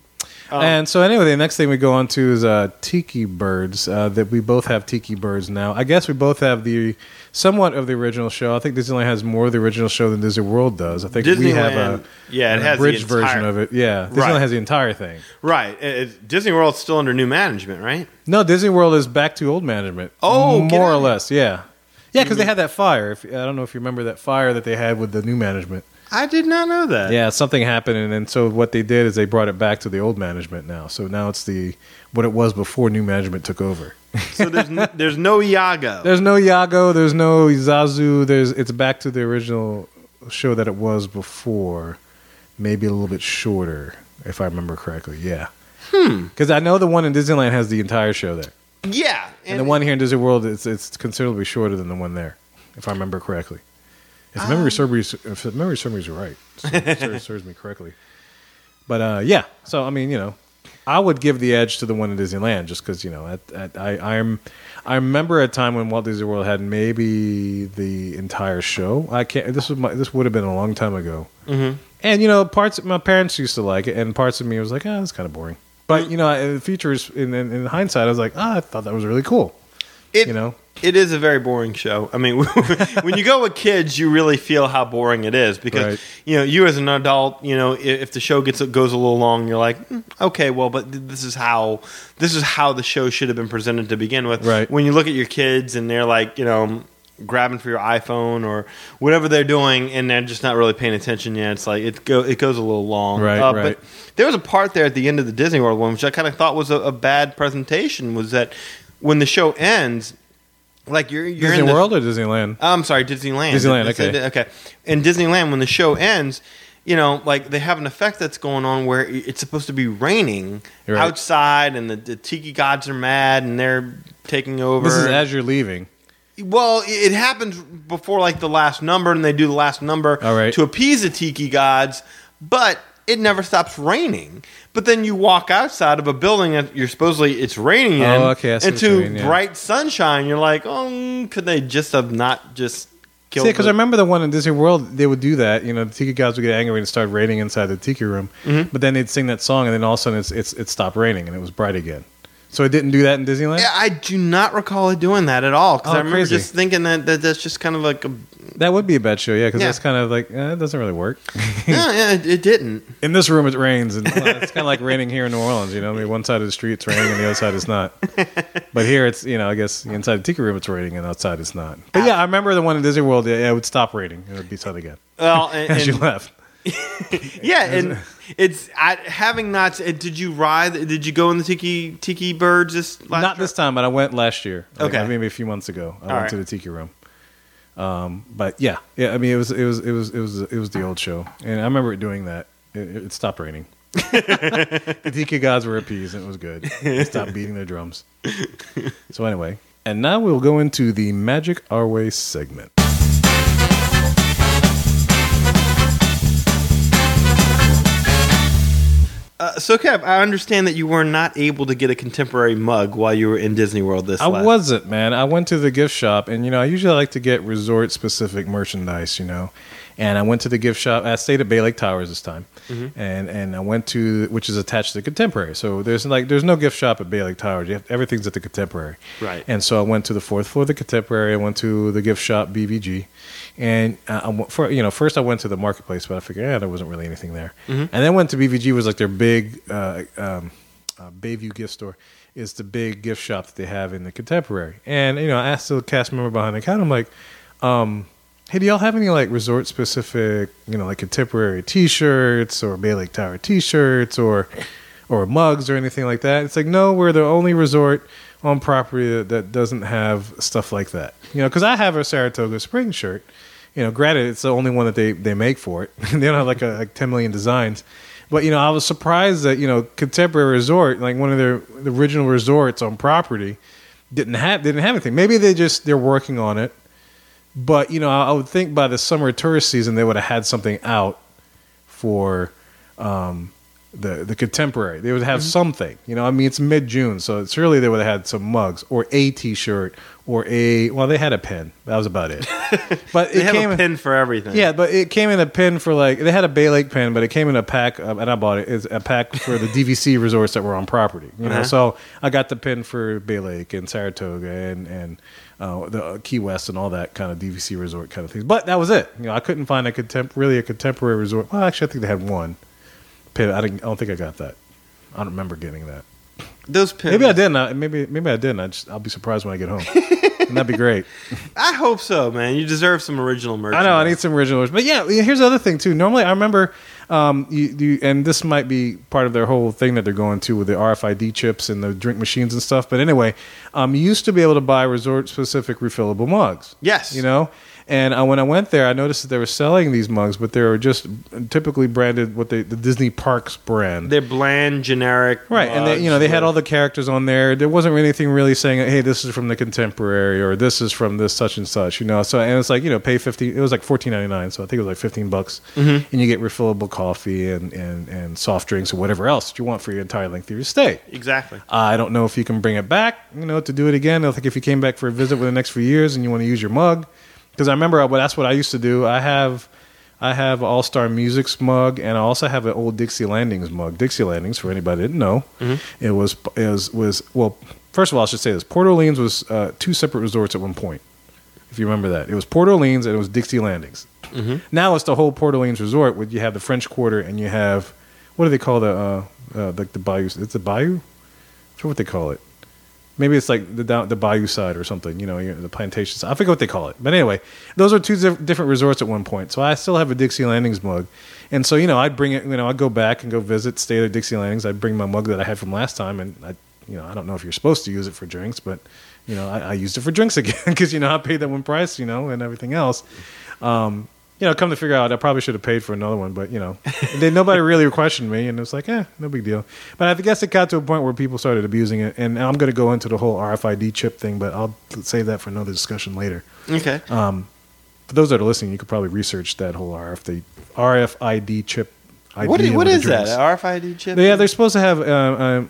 S2: Um,
S1: and so, anyway, the next thing we go on to is uh, tiki birds. Uh, that we both have tiki birds now. I guess we both have the somewhat of the original show. I think Disneyland has more of the original show than Disney World does. I think we have a
S2: Disneyland, yeah, it
S1: an
S2: has the
S1: abridged
S2: entire-
S1: version of it. Yeah, Disneyland
S2: Right.
S1: has the entire thing.
S2: Right. It- it- Disney World's still under new management, right?
S1: No, Disney World is back to old management.
S2: Oh, Mm-hmm. get
S1: more
S2: out
S1: or
S2: of-
S1: less, yeah, yeah, because they had that fire. If I don't know if you remember that fire that they had with the new management.
S2: I did not know that.
S1: Yeah, something happened, and, and so what they did is they brought it back to the old management now. So now it's the what it was before new management took over.
S2: So there's n- there's no Iago.
S1: There's no Yago. There's no Izazu. There's it's back to the original show that it was before, maybe a little bit shorter, if I remember correctly. Yeah. Hmm. Because I know the one in Disneyland has the entire show there,
S2: Yeah,
S1: and, the one here in Disney World it's it's considerably shorter than the one there, if I remember correctly. If memory serves me, if memory serves me right, serves, serves me correctly. But uh, yeah, so I mean, you know, I would give the edge to the one in Disneyland just because you know at, at, I I'm I remember a time when Walt Disney World had maybe the entire show. I can't. This was my, this would have been a long time ago. Mm-hmm. And you know, parts of my parents used to like it, and parts of me was like, ah, it's kind of boring. But you know, in the features in, in, in hindsight, I was like, ah, I thought that was really cool.
S2: It,
S1: You know?
S2: it is a very boring show. I mean, when you go with kids, you really feel how boring it is because
S1: Right.
S2: you know you as an adult, you know i- if the show gets goes a little long, you're like, "Mm, okay, well, but th- this is how this is how the show should have been presented to begin with.
S1: Right.
S2: When you look at your kids and they're like, you know. Grabbing for your iPhone or whatever they're doing, and they're just not really paying attention yet. It's like it go it goes a little long,
S1: Right,
S2: Uh,
S1: right.
S2: But there was a part there at the end of the Disney World one, which I kind of thought was a, a bad presentation. Was that when the show ends, like you're you're
S1: Disney
S2: in the, Oh,
S1: World or Disneyland?
S2: I'm sorry, Disneyland.
S1: Disneyland,
S2: They said-
S1: okay.
S2: okay. In Disneyland, when the show ends, you know, like they have an effect that's going on where i- it's supposed to be raining
S1: Right.
S2: outside, and the, the tiki gods are mad and they're taking over.
S1: This is as you're leaving.
S2: Well, i- it happens before like the last number, and they do the last number
S1: All right.
S2: to appease the tiki gods, but it never stops raining. But then you walk outside of a building that you're supposedly it's raining in
S1: Oh, okay, I see what you
S2: into
S1: mean, yeah.
S2: bright sunshine. You're like, oh, mm, could they just have not just killed?
S1: See, because
S2: the-
S1: I remember the one in Disney World, they would do that. You know, the tiki guys would get angry and start raining inside the tiki room.
S2: Mm-hmm.
S1: But then they'd sing that song, and then all of a sudden, it's, it's it stopped raining and it was bright again. So it didn't do that in Disneyland.
S2: Yeah, I do not recall it doing that at all because
S1: Oh,
S2: I remember
S1: crazy.
S2: just thinking that, that that's just kind of like a
S1: That would be a bad show, yeah, because
S2: Yeah.
S1: that's kind of like eh, it doesn't really work.
S2: yeah, yeah it, it didn't.
S1: in this room, it rains, and well, it's kind of like raining here in New Orleans. You know, I mean, one side of the street it's raining, and the other side it's not. But here, it's you know, I guess inside the tiki room it's raining, and outside it's not. But yeah, I remember the one in Disney World. Yeah, it would stop raining, and it would be sun again
S2: Well, and,
S1: as you
S2: and,
S1: left.
S2: yeah, and it's I, having not. uh, Did you ride? Did you go in the tiki tiki birds this last?
S1: Not
S2: trip?
S1: this time, but I went last year. Like,
S2: Okay.
S1: maybe a few months ago. I went
S2: right.
S1: to the Tiki Room. Um, but yeah, yeah. I mean, it was it was it was it was it was the old show, and I remember it doing that. It, it stopped raining. the Tiki gods were appeased, and it was good. They stopped beating their drums. So anyway, and now we'll go into the Magic Our Way segment.
S2: Uh, so, Kev, I understand that you were not able to get a contemporary mug while you were in Disney World this.
S1: I
S2: last-
S1: wasn't, man. I went to the gift shop, and you know, I usually like to get resort specific merchandise, you know. And I went to the gift shop. I stayed at Bay Lake Towers this time,
S2: Mm-hmm.
S1: and and I went to which is attached to the Contemporary. So there's like there's no gift shop at Bay Lake Towers. You have, everything's at the Contemporary.
S2: Right.
S1: And so I went to the fourth floor of the Contemporary. I went to the gift shop BVG, and uh, I went for you know first I went to the marketplace, but I figured yeah, there wasn't really anything there. And then went to BVG was like their big. Uh, um, uh, Bayview Gift Store is the big gift shop that they have in the Contemporary. And you know, I asked the cast member behind the counter, I'm like, um, "Hey, do y'all have any like resort specific, you know, like Contemporary T-shirts or Bay Lake Tower T-shirts or or mugs or anything like that?" It's like, no, we're the only resort on property that, that doesn't have stuff like that. You know, because I have a Saratoga Springs shirt. You know, granted, it's the only one that they, they make for it. they don't have like a like ten million designs. But you know, I was surprised that you know Contemporary Resort, like one of their the original resorts on property, didn't have didn't have anything. Maybe they just they're working on it. But you know, I, I would think by the summer tourist season they would have had something out for um, the the Contemporary. They would have
S2: Mm-hmm.
S1: something. You know, I mean, it's mid June, so surely they would have had some mugs or a T shirt or a well, they had a pen. That was about it. But
S2: They
S1: it
S2: have
S1: came
S2: a pin for everything.
S1: yeah, but it came in a pin for like they had a Bay Lake pin, but it came in a pack, um, and I bought it. It's a pack for the DVC resorts that were on property. You know,
S2: Uh-huh.
S1: so I got the pin for Bay Lake and Saratoga and and uh, the uh, Key West and all that kind of DVC resort kind of things. But that was it. You know, I couldn't find a contem- really a contemporary resort. Well, actually, I think they had one pin. I didn't. I don't think I got that. I don't remember getting that.
S2: those pins.
S1: Maybe I didn't. I, maybe maybe I didn't. I just I'll be surprised when I get home. and that'd be great.
S2: I hope so, man. You deserve some original merch.
S1: I know I need some original words, but yeah. Here's the other thing too. Normally, I remember, um, you, you and this might be part of their whole thing that they're going to with the RFID chips and the drink machines and stuff. But anyway, um, you used to be able to buy resort specific refillable mugs.
S2: Yes.
S1: you know. And I, when I went there, I noticed that they were selling these mugs, but they were just typically branded what they the Disney Parks brand
S2: They're bland, generic.
S1: right and they you know they had all the characters on there there wasn't really anything really saying hey this is from the contemporary or this is from this such and such you know so and it's like you know pay 50 it was like 14.99 so i think it was like 15 bucks and you get refillable coffee and, and, and soft drinks or whatever else you want for your entire length of your stay.
S2: Exactly.
S1: Uh, I don't know if you can bring it back, you know, to do it again. I think if you came back for a visit within the next few years and you want to use your mug, because I remember uh, what that's what I used to do. I have, I have All Star Music's mug, and I also have an old Dixie Landings mug. Dixie Landings, for anybody that didn't know, it was it was was well. First of all, I should say this: Port Orleans was uh, two separate resorts at one point. If you remember that, it was Port Orleans and it was Dixie Landings. Now it's the whole Port Orleans resort. Where you have the French Quarter and you have what do they call the uh, uh, like the bayou? It's the bayou forget what they call it. Maybe it's like the down, the bayou side or something. You know, you- the plantation side. I forget what they call it. But anyway, those are two diff- different resorts at one point. So I still have a Dixie Landings mug, and so you know I'd bring it. You know I'd go back and go visit, stay at Dixie Landings. I'd bring my mug that I had from last time, and I, you know, I don't know if you're supposed to use it for drinks, but you know I, I used it for drinks again because you know I paid that one price, you know, and everything else. Um, you know, come to figure out, I probably should have paid for another one, but you know, they, nobody really questioned me, and it's like, eh, no big deal. But I guess it got to a point where people started abusing it, and I'm going to go into the whole RFID chip thing, but I'll save that for another discussion later.
S2: Okay.
S1: For those that are listening, you could probably research that whole RFID, RFID chip. ID
S2: what is,
S1: on
S2: what
S1: the
S2: is that?
S1: drinks.
S2: A RFID chip?
S1: Yeah, they're supposed to have uh, uh,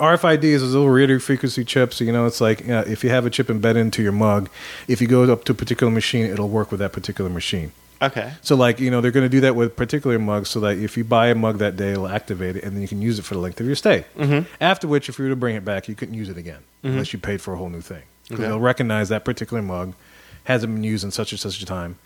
S1: RFID is those little radio frequency chips. So, you know, it's like uh, if you have a chip embedded into your mug, if you go up to a particular machine, it'll work with that particular machine.
S2: okay.
S1: So, like, you know, they're going to do that with particular mugs so that if you buy a mug that day, it'll activate it and then you can use it for the length of your stay. Mm-hmm. After which, if you were to bring it back, you couldn't use it again unless you paid for a whole new thing. 'Cause
S2: Okay.
S1: they'll recognize that particular mug hasn't been used in such and such a time.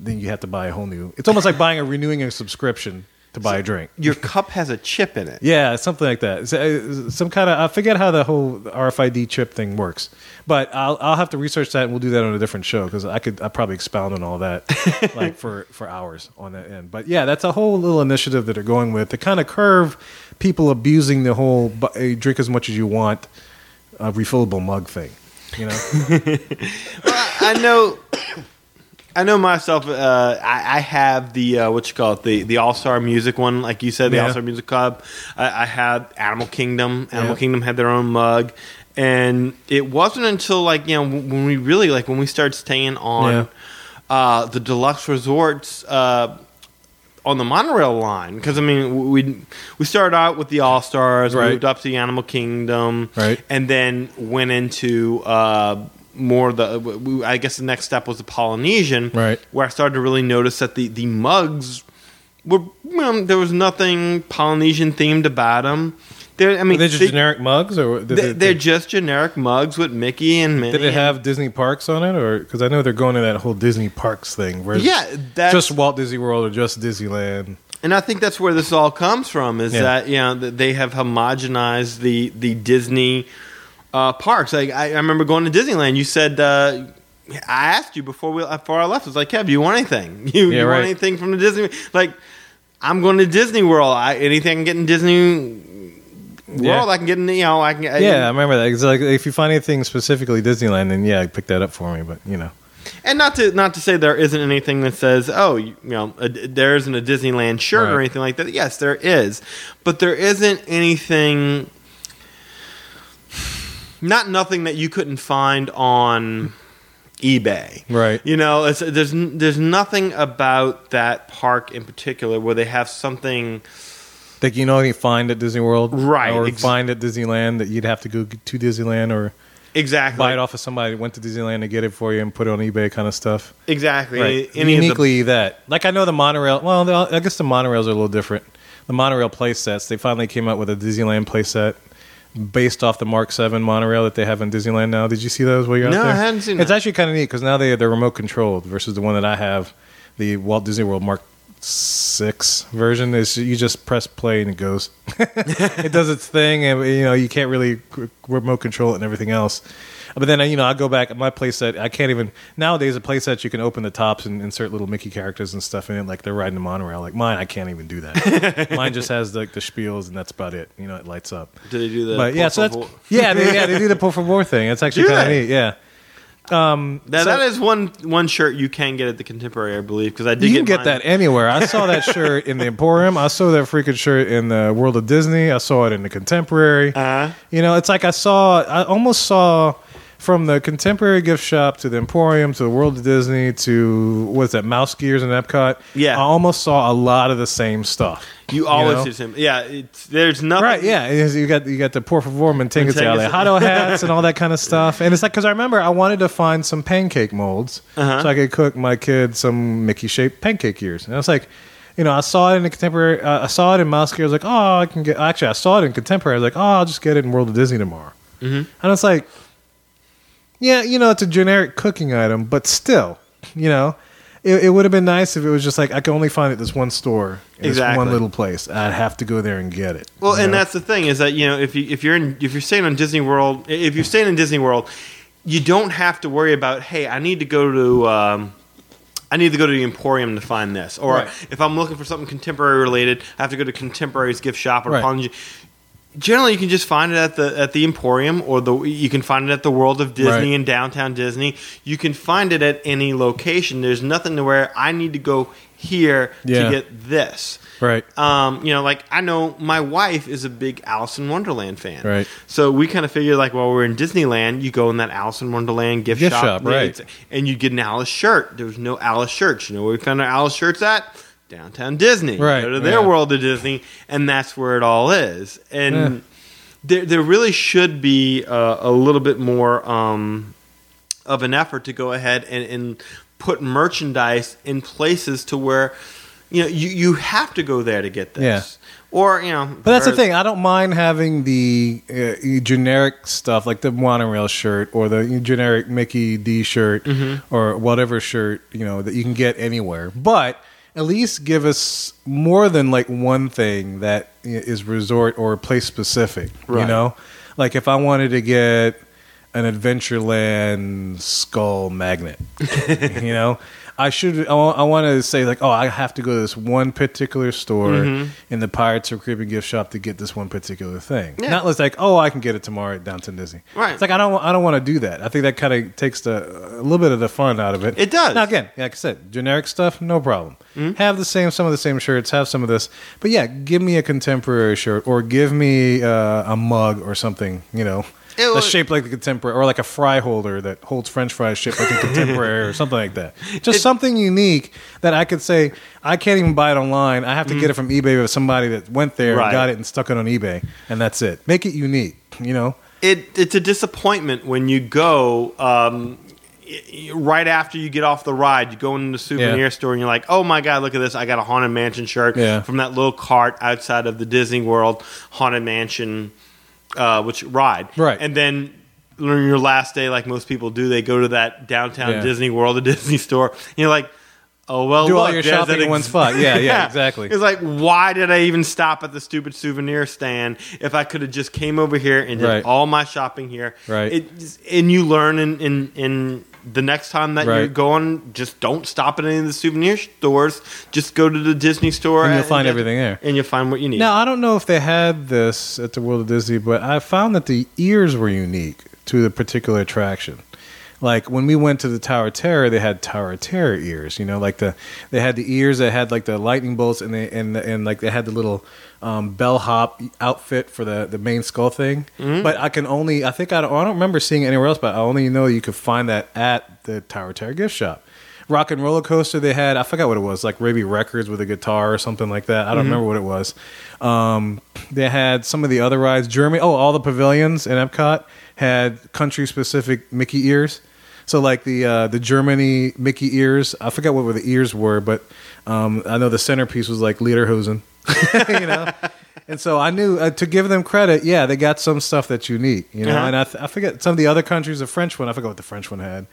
S1: Then you have to buy a whole new. It's almost like buying a renewing a subscription to buy a drink.
S2: Your cup has a chip in it.
S1: Yeah, something like that. It's, uh, Some kind of I forget how the whole RFID chip thing works, but I'll I'll have to research that and we'll do that on a different show because I could I probably expound on all that like for for hours on that end. But yeah, that's a whole little initiative that they're going with to kind of curve people abusing the whole bu- uh, drink as much as you want uh, refillable mug thing. You know,
S2: I know. I know myself. Uh, I, I have the uh, what you call it the the All Star Music one, like you said, the
S1: Yeah.
S2: All Star Music Club. I, I had Animal Kingdom. Animal
S1: Yeah.
S2: Kingdom had their own mug, and it wasn't until like you know when we really like when we started staying on uh, the deluxe resorts. Uh, on the monorail line because I mean we we started out with the All Stars,
S1: Right.
S2: moved up to the Animal Kingdom,
S1: Right.
S2: and then went into uh, more the. w- w- I guess the next step was the Polynesian,
S1: Right.
S2: Where I started to really notice that the the mugs were well, there was nothing Polynesian themed about them. They're, I mean,
S1: they're just
S2: they,
S1: generic mugs, or did,
S2: they, are just generic mugs with Mickey and Minnie.
S1: did it have Disney parks on it, or because I know they're going to that whole Disney parks thing where it's
S2: Yeah, that's-
S1: just Walt Disney World or just Disneyland.
S2: And I think that's where this all comes from is
S1: Yeah.
S2: that you know that they have homogenized the the Disney uh, parks. Like I, I remember going to Disneyland. You said uh, I asked you before we before I left. I was like, Kev, do you want anything? You,
S1: Yeah,
S2: you
S1: right.
S2: want anything from the Disney? Like I'm going to Disney World. I, anything I can get in Disney World,
S1: Yeah.
S2: I can get in. You know, I can. I,
S1: Yeah, I remember that. It's like if you find anything specifically Disneyland, then yeah, pick that up for me. But you know,
S2: And not to not to say there isn't anything that says, oh, you, you know, a, there isn't a Disneyland shirt or
S1: Right.
S2: anything like that. Yes, there is, but there isn't anything. Not nothing that you couldn't find on eBay,
S1: Right.
S2: You know, it's, there's n- there's nothing about that park in particular where they have something.
S1: like you know, you find at Disney World,
S2: Right,
S1: Or
S2: ex-
S1: find at Disneyland that you'd have to go to Disneyland or
S2: Exactly.
S1: buy it off of somebody that went to Disneyland to get it for you and put it on eBay, kind of stuff.
S2: Exactly.
S1: Right.
S2: Any of the-
S1: Uniquely that, like I know the monorail. Well, the- I guess the monorails are a little different. The monorail play sets. They finally came out with a Disneyland play set based off the Mark Seven monorail that they have in Disneyland now. Did you see those while you're
S2: No,
S1: out
S2: I
S1: there?
S2: hadn't seen
S1: It's
S2: that.
S1: actually kind of neat because now they they're remote controlled versus the one that I have, the Walt Disney World Mark Six version. Is you just press play and it goes. it does its thing, and you know you can't really c- remote control it and everything else. But then uh, you know I go back my playset. I can't even nowadays a playset you can open the tops and insert little Mickey characters and stuff in it, like they're riding a monorail. Like mine, I can't even do that. mine just has like the spiels and that's about it. You know, it lights up.
S2: Do they do the
S1: But yeah,
S2: por
S1: so that's,
S2: favor?
S1: yeah, they, yeah, they do the pull for more thing. It's actually
S2: Do
S1: kind of
S2: they?
S1: neat. Yeah,
S2: Now,
S1: so-
S2: that is one one shirt you can get at the Contemporary, I believe, because I did
S1: you can
S2: get
S1: get
S2: mine.
S1: that anywhere. I saw that shirt in the Emporium. I saw that freaking shirt in the World of Disney. I saw it in the Contemporary.
S2: Uh-huh.
S1: You know, it's like I saw, I almost saw from the contemporary gift shop to the Emporium to the World of Disney to what's that Mouse Gears and Epcot.
S2: Yeah.
S1: I almost saw a lot of the same stuff.
S2: You always
S1: know?
S2: see him. Yeah, it's, there's nothing.
S1: Right, yeah, it is- you got you got the por favor mantenga
S2: Mantenga's-
S1: alejado hats and all that kind of stuff, and it's like because I remember I wanted to find some pancake molds
S2: Uh-huh.
S1: so I could cook my kid some Mickey shaped pancake ears, and I was like, you know, I saw it in the contemporary, uh, I saw it in Moscow, I was like, oh, I can get. Actually, I saw it in contemporary, I was like, oh, I'll just get it in World of Disney tomorrow, mm-hmm. and it's like, yeah, you know, it's a generic cooking item, but still, you know. It, it would have been nice if it was just like I could only find it this one store, in this
S2: Exactly.
S1: one little place. I'd have to go there and get it.
S2: Well,
S1: you
S2: and
S1: know?
S2: that's the thing is that you know if you if you're in if you're staying on Disney World, if you're staying in Disney World, you don't have to worry about hey, I need to go to. Um, I need to go to the Emporium to find this, or
S1: Right.
S2: if I'm looking for something contemporary related, I have to go to Contemporary's gift shop or
S1: Right.
S2: Apology. Generally, you can just find it at the at the Emporium, or the you can find it at the World of Disney
S1: Right.
S2: in downtown Disney. You can find it at any location. There's nothing to where I need to go here
S1: Yeah.
S2: to get this.
S1: right.
S2: Um, you know, like I know my wife is a big Alice in Wonderland fan.
S1: Right.
S2: So we kind of figured like while we're in Disneyland, you go in that Alice in Wonderland gift,
S1: Gift
S2: shop,
S1: shop, right.
S2: it's- And you get an Alice shirt. There was no Alice shirts. You know where we found our Alice shirts at? Downtown Disney.
S1: Right,
S2: Go to their
S1: yeah.
S2: world of Disney, and that's where it all is. And
S1: Yeah.
S2: there, there really should be uh, a little bit more. Um, of an effort to go ahead and, and put merchandise in places to where you know you, you have to go there to get this or you know
S1: But that's the
S2: or-
S1: thing. I don't mind having the uh, generic stuff, like the monorail shirt or the generic Mickey D shirt
S2: Mm-hmm.
S1: or whatever shirt you know that you can get anywhere. But at least give us more than like one thing that i- is resort or place specific. You
S2: Right.
S1: know, like if I wanted to get an Adventureland skull magnet, you know. I should. I want, I want to say like, oh, I have to go to this one particular store in the Pirates or Caribbean gift shop to get this one particular thing.
S2: Mm-hmm. Yeah.
S1: Not just like, oh, I can get it tomorrow at Downton Disney.
S2: Right.
S1: It's like I don't. I don't want to do that. I think that kind of takes the a little bit of the fun out of it.
S2: It does.
S1: Now again, like I said, generic stuff, no problem.
S2: Mm-hmm.
S1: Have the same, some of the same shirts. Have some of this, but yeah, give me a contemporary shirt or give me uh, a mug or something. You know.
S2: It
S1: that's
S2: was-
S1: shaped like the contemporary, or like a fry holder that holds French fries shaped like a contemporary, or something like that. Just something unique that I could say I can't even buy it online. I have to get it from eBay with somebody that went there
S2: Mm-hmm. Right.
S1: and got it and stuck it on eBay, and that's it. Make it unique, you know.
S2: it it's a disappointment when you go um, y- y- right after you get off the ride. You go into the souvenir
S1: Yeah.
S2: store and you're like, "Oh my god, look at this! I got a haunted mansion shirt
S1: Yeah.
S2: from that little cart outside of the Disney World haunted mansion, uh, which ride."
S1: Right.
S2: and then. On your last day, like most people do, they go to that downtown
S1: Yeah.
S2: Disney World, a Disney store, and you're like, "Oh well,
S1: Do all
S2: look,
S1: your
S2: there's
S1: shopping
S2: that
S1: in one spot. Yeah, yeah, exactly.
S2: It's like, why did I even stop at the stupid souvenir stand if I could have just came over here and did
S1: Right.
S2: all my shopping here?
S1: Right.
S2: It, and you learn in, in, in the next time that you're
S1: Right.
S2: going, just don't stop at any of the souvenir stores. Just go to the Disney store.
S1: And you'll find everything there.
S2: And you'll find what you need.
S1: Now I don't know if they had this at the World of Disney, but I found that the ears were unique to the particular attraction. Like when we went to the Tower of Terror, they had Tower of Terror ears. You know, like the they had the ears that had like the lightning bolts, and they and and like they had the little um, bellhop outfit for the the main skull thing. But I can only I think I don't, I don't remember seeing it anywhere else, but I only know you could find that at the Tower of Terror gift shop. Rock and Roller Coaster they had. I forgot what it was, like Raby Records with a guitar or something like that. I don't remember what it was. Um, they had some of the other rides. Germany, oh, all the pavilions in Epcot had country specific Mickey ears. So like the uh, the Germany Mickey ears. I forgot what were the ears were, but um, I know the centerpiece was like Lederhosen. you know. And so I knew uh, to give them credit, yeah, they got some stuff that's unique, you know.
S2: Uh-huh.
S1: And I, th- I forget some of the other countries, the French one, I forgot what the French one had.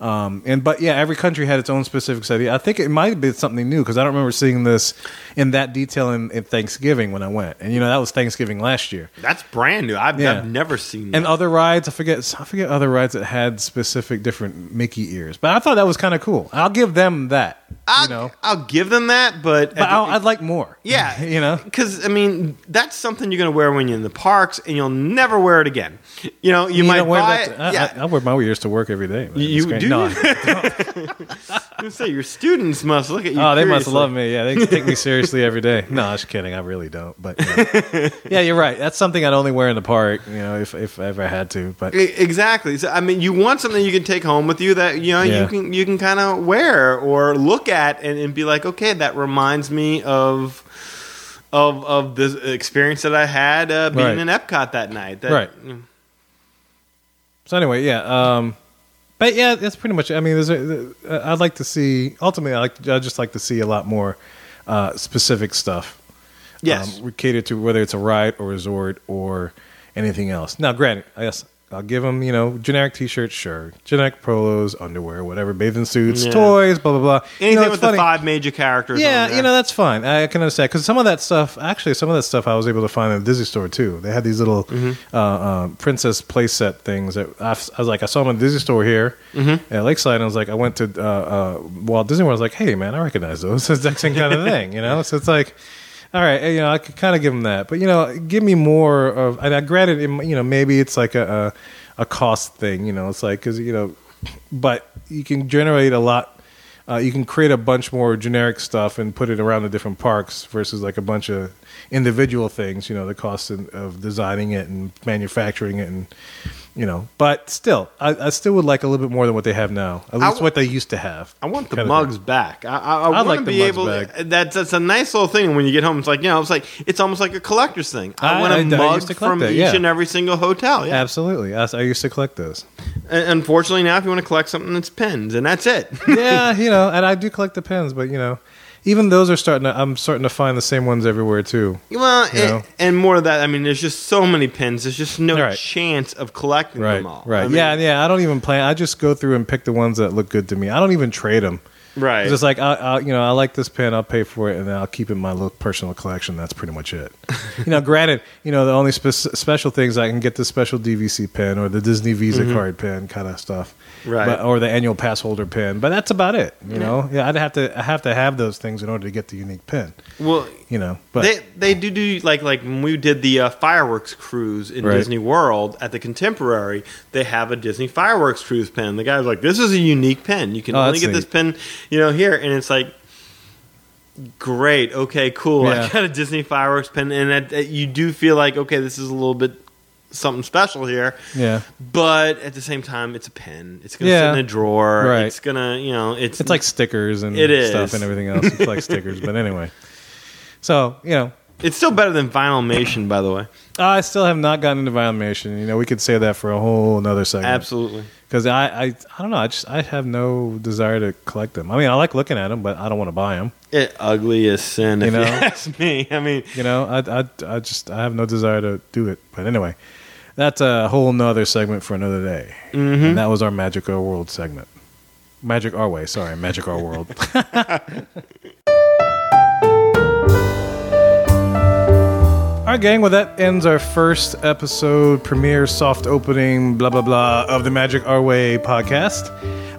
S1: Um, and but yeah, every country had its own specific set. I think it might have been something new because I don't remember seeing this in that detail in, in Thanksgiving when I went. And you know that was Thanksgiving last year.
S2: That's brand new. I've,
S1: Yeah.
S2: I've never seen that.
S1: And other rides, I forget, I forget other rides that had specific different Mickey ears. But I thought that was kind of cool. I'll give them that.
S2: I'll,
S1: you know,
S2: I'll give them that, but,
S1: but I'll, I'd like more.
S2: yeah,
S1: you know.
S2: because I mean that's something you're going to wear when you're in the parks, and you'll never wear it again. You know, you,
S1: You
S2: might
S1: don't wear
S2: buy
S1: that
S2: it.
S1: to- I,
S2: yeah,
S1: I, I wear my ears to work every day. man.
S2: You-
S1: It's
S2: you
S1: great.
S2: do?
S1: No, I-
S2: I was gonna say your students must look at you.
S1: oh, they must
S2: curiously.
S1: love me. Yeah, they take me seriously every day. No, I'm just kidding. I really don't. But yeah. yeah, you're right. That's something I'd only wear in the park. You know, if if I ever had to. But
S2: E- Exactly. So, I mean, you want something you can take home with you that you know
S1: Yeah.
S2: you can you can kind of wear or look at and, and be like, okay, that reminds me of of of this experience that I had uh, being
S1: Right.
S2: in Epcot that night. That,
S1: Right. So anyway, yeah. Um, but yeah, that's pretty much. It. I mean, there's. A, uh, I'd like to see. Ultimately, I like. I just like to see a lot more uh, specific stuff. um,
S2: Yes.
S1: we cater to whether it's a ride or resort or anything else. Now, granted, I guess I'll give them. You know, generic T-shirts, sure. Generic polos, underwear, whatever, bathing suits,
S2: Yeah.
S1: toys, blah blah blah. You know,
S2: Anything
S1: it's
S2: with
S1: funny.
S2: the five major characters. on
S1: Yeah,
S2: there.
S1: you know that's fine. I can understand because some of that stuff, actually, some of that stuff I was able to find in the Disney store too. They had these little
S2: Mm-hmm.
S1: uh, uh, princess playset things that I, f- I was like, I saw them in the Disney store here
S2: Mm-hmm.
S1: at Lakeside, and I was like, I went to uh, uh, Walt Disney World. I was like, hey man, I recognize those. It's the exact same kind of thing, you know. So it's like. All right, you know, I could kind of give them that, but you know, give me more of. And I granted, it, you know, maybe it's like a a, a cost thing, you know, it's like because you know, but you can generate a lot uh, you can create a bunch more generic stuff and put it around the different parks versus like a bunch of individual things you know the cost in, of designing it and manufacturing it and you know but still I, I still would like a little bit more than what they have now at least
S2: w-
S1: what they used to have
S2: I want the
S1: Kind of
S2: mugs back. I, I, I want
S1: like
S2: to
S1: the
S2: be
S1: mugs
S2: able.
S1: back.
S2: That's that's a nice little thing. When you get home, it's like you know, it's like it's almost like a collector's thing. I,
S1: I-
S2: want
S1: I- I
S2: a
S1: used
S2: mug
S1: to collect
S2: from
S1: that,
S2: each
S1: yeah.
S2: and every single hotel. Yeah.
S1: absolutely I, I used to collect those
S2: Un- Unfortunately, now if you want to collect something, it's pens, and that's it.
S1: yeah you know and i do collect the pens but you know even those are starting to i'm starting to find the same ones everywhere too
S2: well,
S1: You know?
S2: and, and more of that. I mean, there's just so many pins. There's just no
S1: Right.
S2: chance of collecting
S1: right
S2: them all.
S1: right
S2: I mean,
S1: yeah yeah i don't even plan i just go through and pick the ones that look good to me i don't even trade them
S2: right.
S1: It's just like I, I, you know, I like this pen. I'll pay for it, and then I'll keep it in my little personal collection. That's pretty much it. you know, granted, you know, the only spe- special things I can get the special DVC pen or the Disney Visa card pen kind of stuff,
S2: Mm-hmm. Right.
S1: But, or the annual pass holder pen. But that's about it. You know, yeah, I'd have to I have to have those things in order to get the unique pen.
S2: well,
S1: You know, but
S2: they they do do like like when we did the uh, fireworks cruise in
S1: Right.
S2: Disney World at the Contemporary. They have a Disney fireworks cruise pen. The guy was like, "This is a unique pen. You can
S1: Oh,
S2: only
S1: that's
S2: get this pen, you know, here." And it's like. Great. Okay. Cool.
S1: Yeah.
S2: I got a Disney fireworks pen, and that, that you do feel like okay, this is a little bit something special here.
S1: yeah,
S2: But at the same time, it's a pen. It's gonna
S1: Yeah.
S2: sit in a drawer.
S1: Right.
S2: It's gonna, you know, it's
S1: it's like stickers and
S2: It
S1: stuff
S2: is.
S1: and everything else. It's like stickers, but anyway. So you know,
S2: it's still better than vinylmation, by the way.
S1: I still have not gotten into Violation. You know, we could say that for a whole another segment.
S2: Absolutely.
S1: because I, I I don't know. I just I have no desire to collect them. I mean, I like looking at them, but I don't want to buy them.
S2: It ugly as sin.
S1: You
S2: if
S1: know?
S2: you ask me. I mean,
S1: You know, I I I just I have no desire to do it. But anyway, that's a whole nother segment for another day. Mm-hmm. And that was our Magic Our World segment. Magic Our Way, sorry, Magic Our World. All right, gang. Well, that ends our first episode, premiere, soft opening, blah blah blah of the Magic Our Way podcast.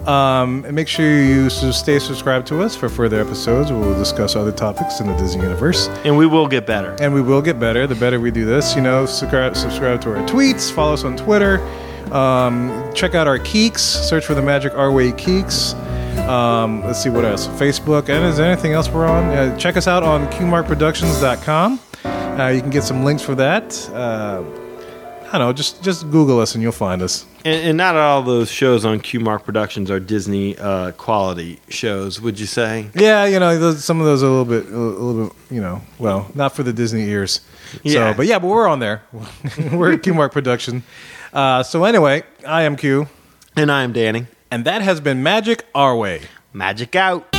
S1: Um, and make sure you su- stay subscribed to us for further episodes. We'll discuss other topics in the Disney universe
S2: and we will get better.
S1: and we will get better the better we do this you know subscribe, subscribe to our tweets follow us on twitter um, check out our keeks search for the magic our way keeks um, let's see what else facebook and is there anything else we're on uh, check us out on qmarkproductions.com uh, you can get some links for that uh, i don't know just just google us and you'll find us
S2: And, and not all those shows on Q Mark Productions are Disney uh, quality shows, would you say?
S1: yeah you know those, some of those are a little bit a little bit you know well not for the disney ears
S2: Yeah.
S1: so but yeah but we're on there we're at qmark production uh, so anyway i am q
S2: And I am Danny.
S1: And that has been Magic Our Way.
S2: Magic out.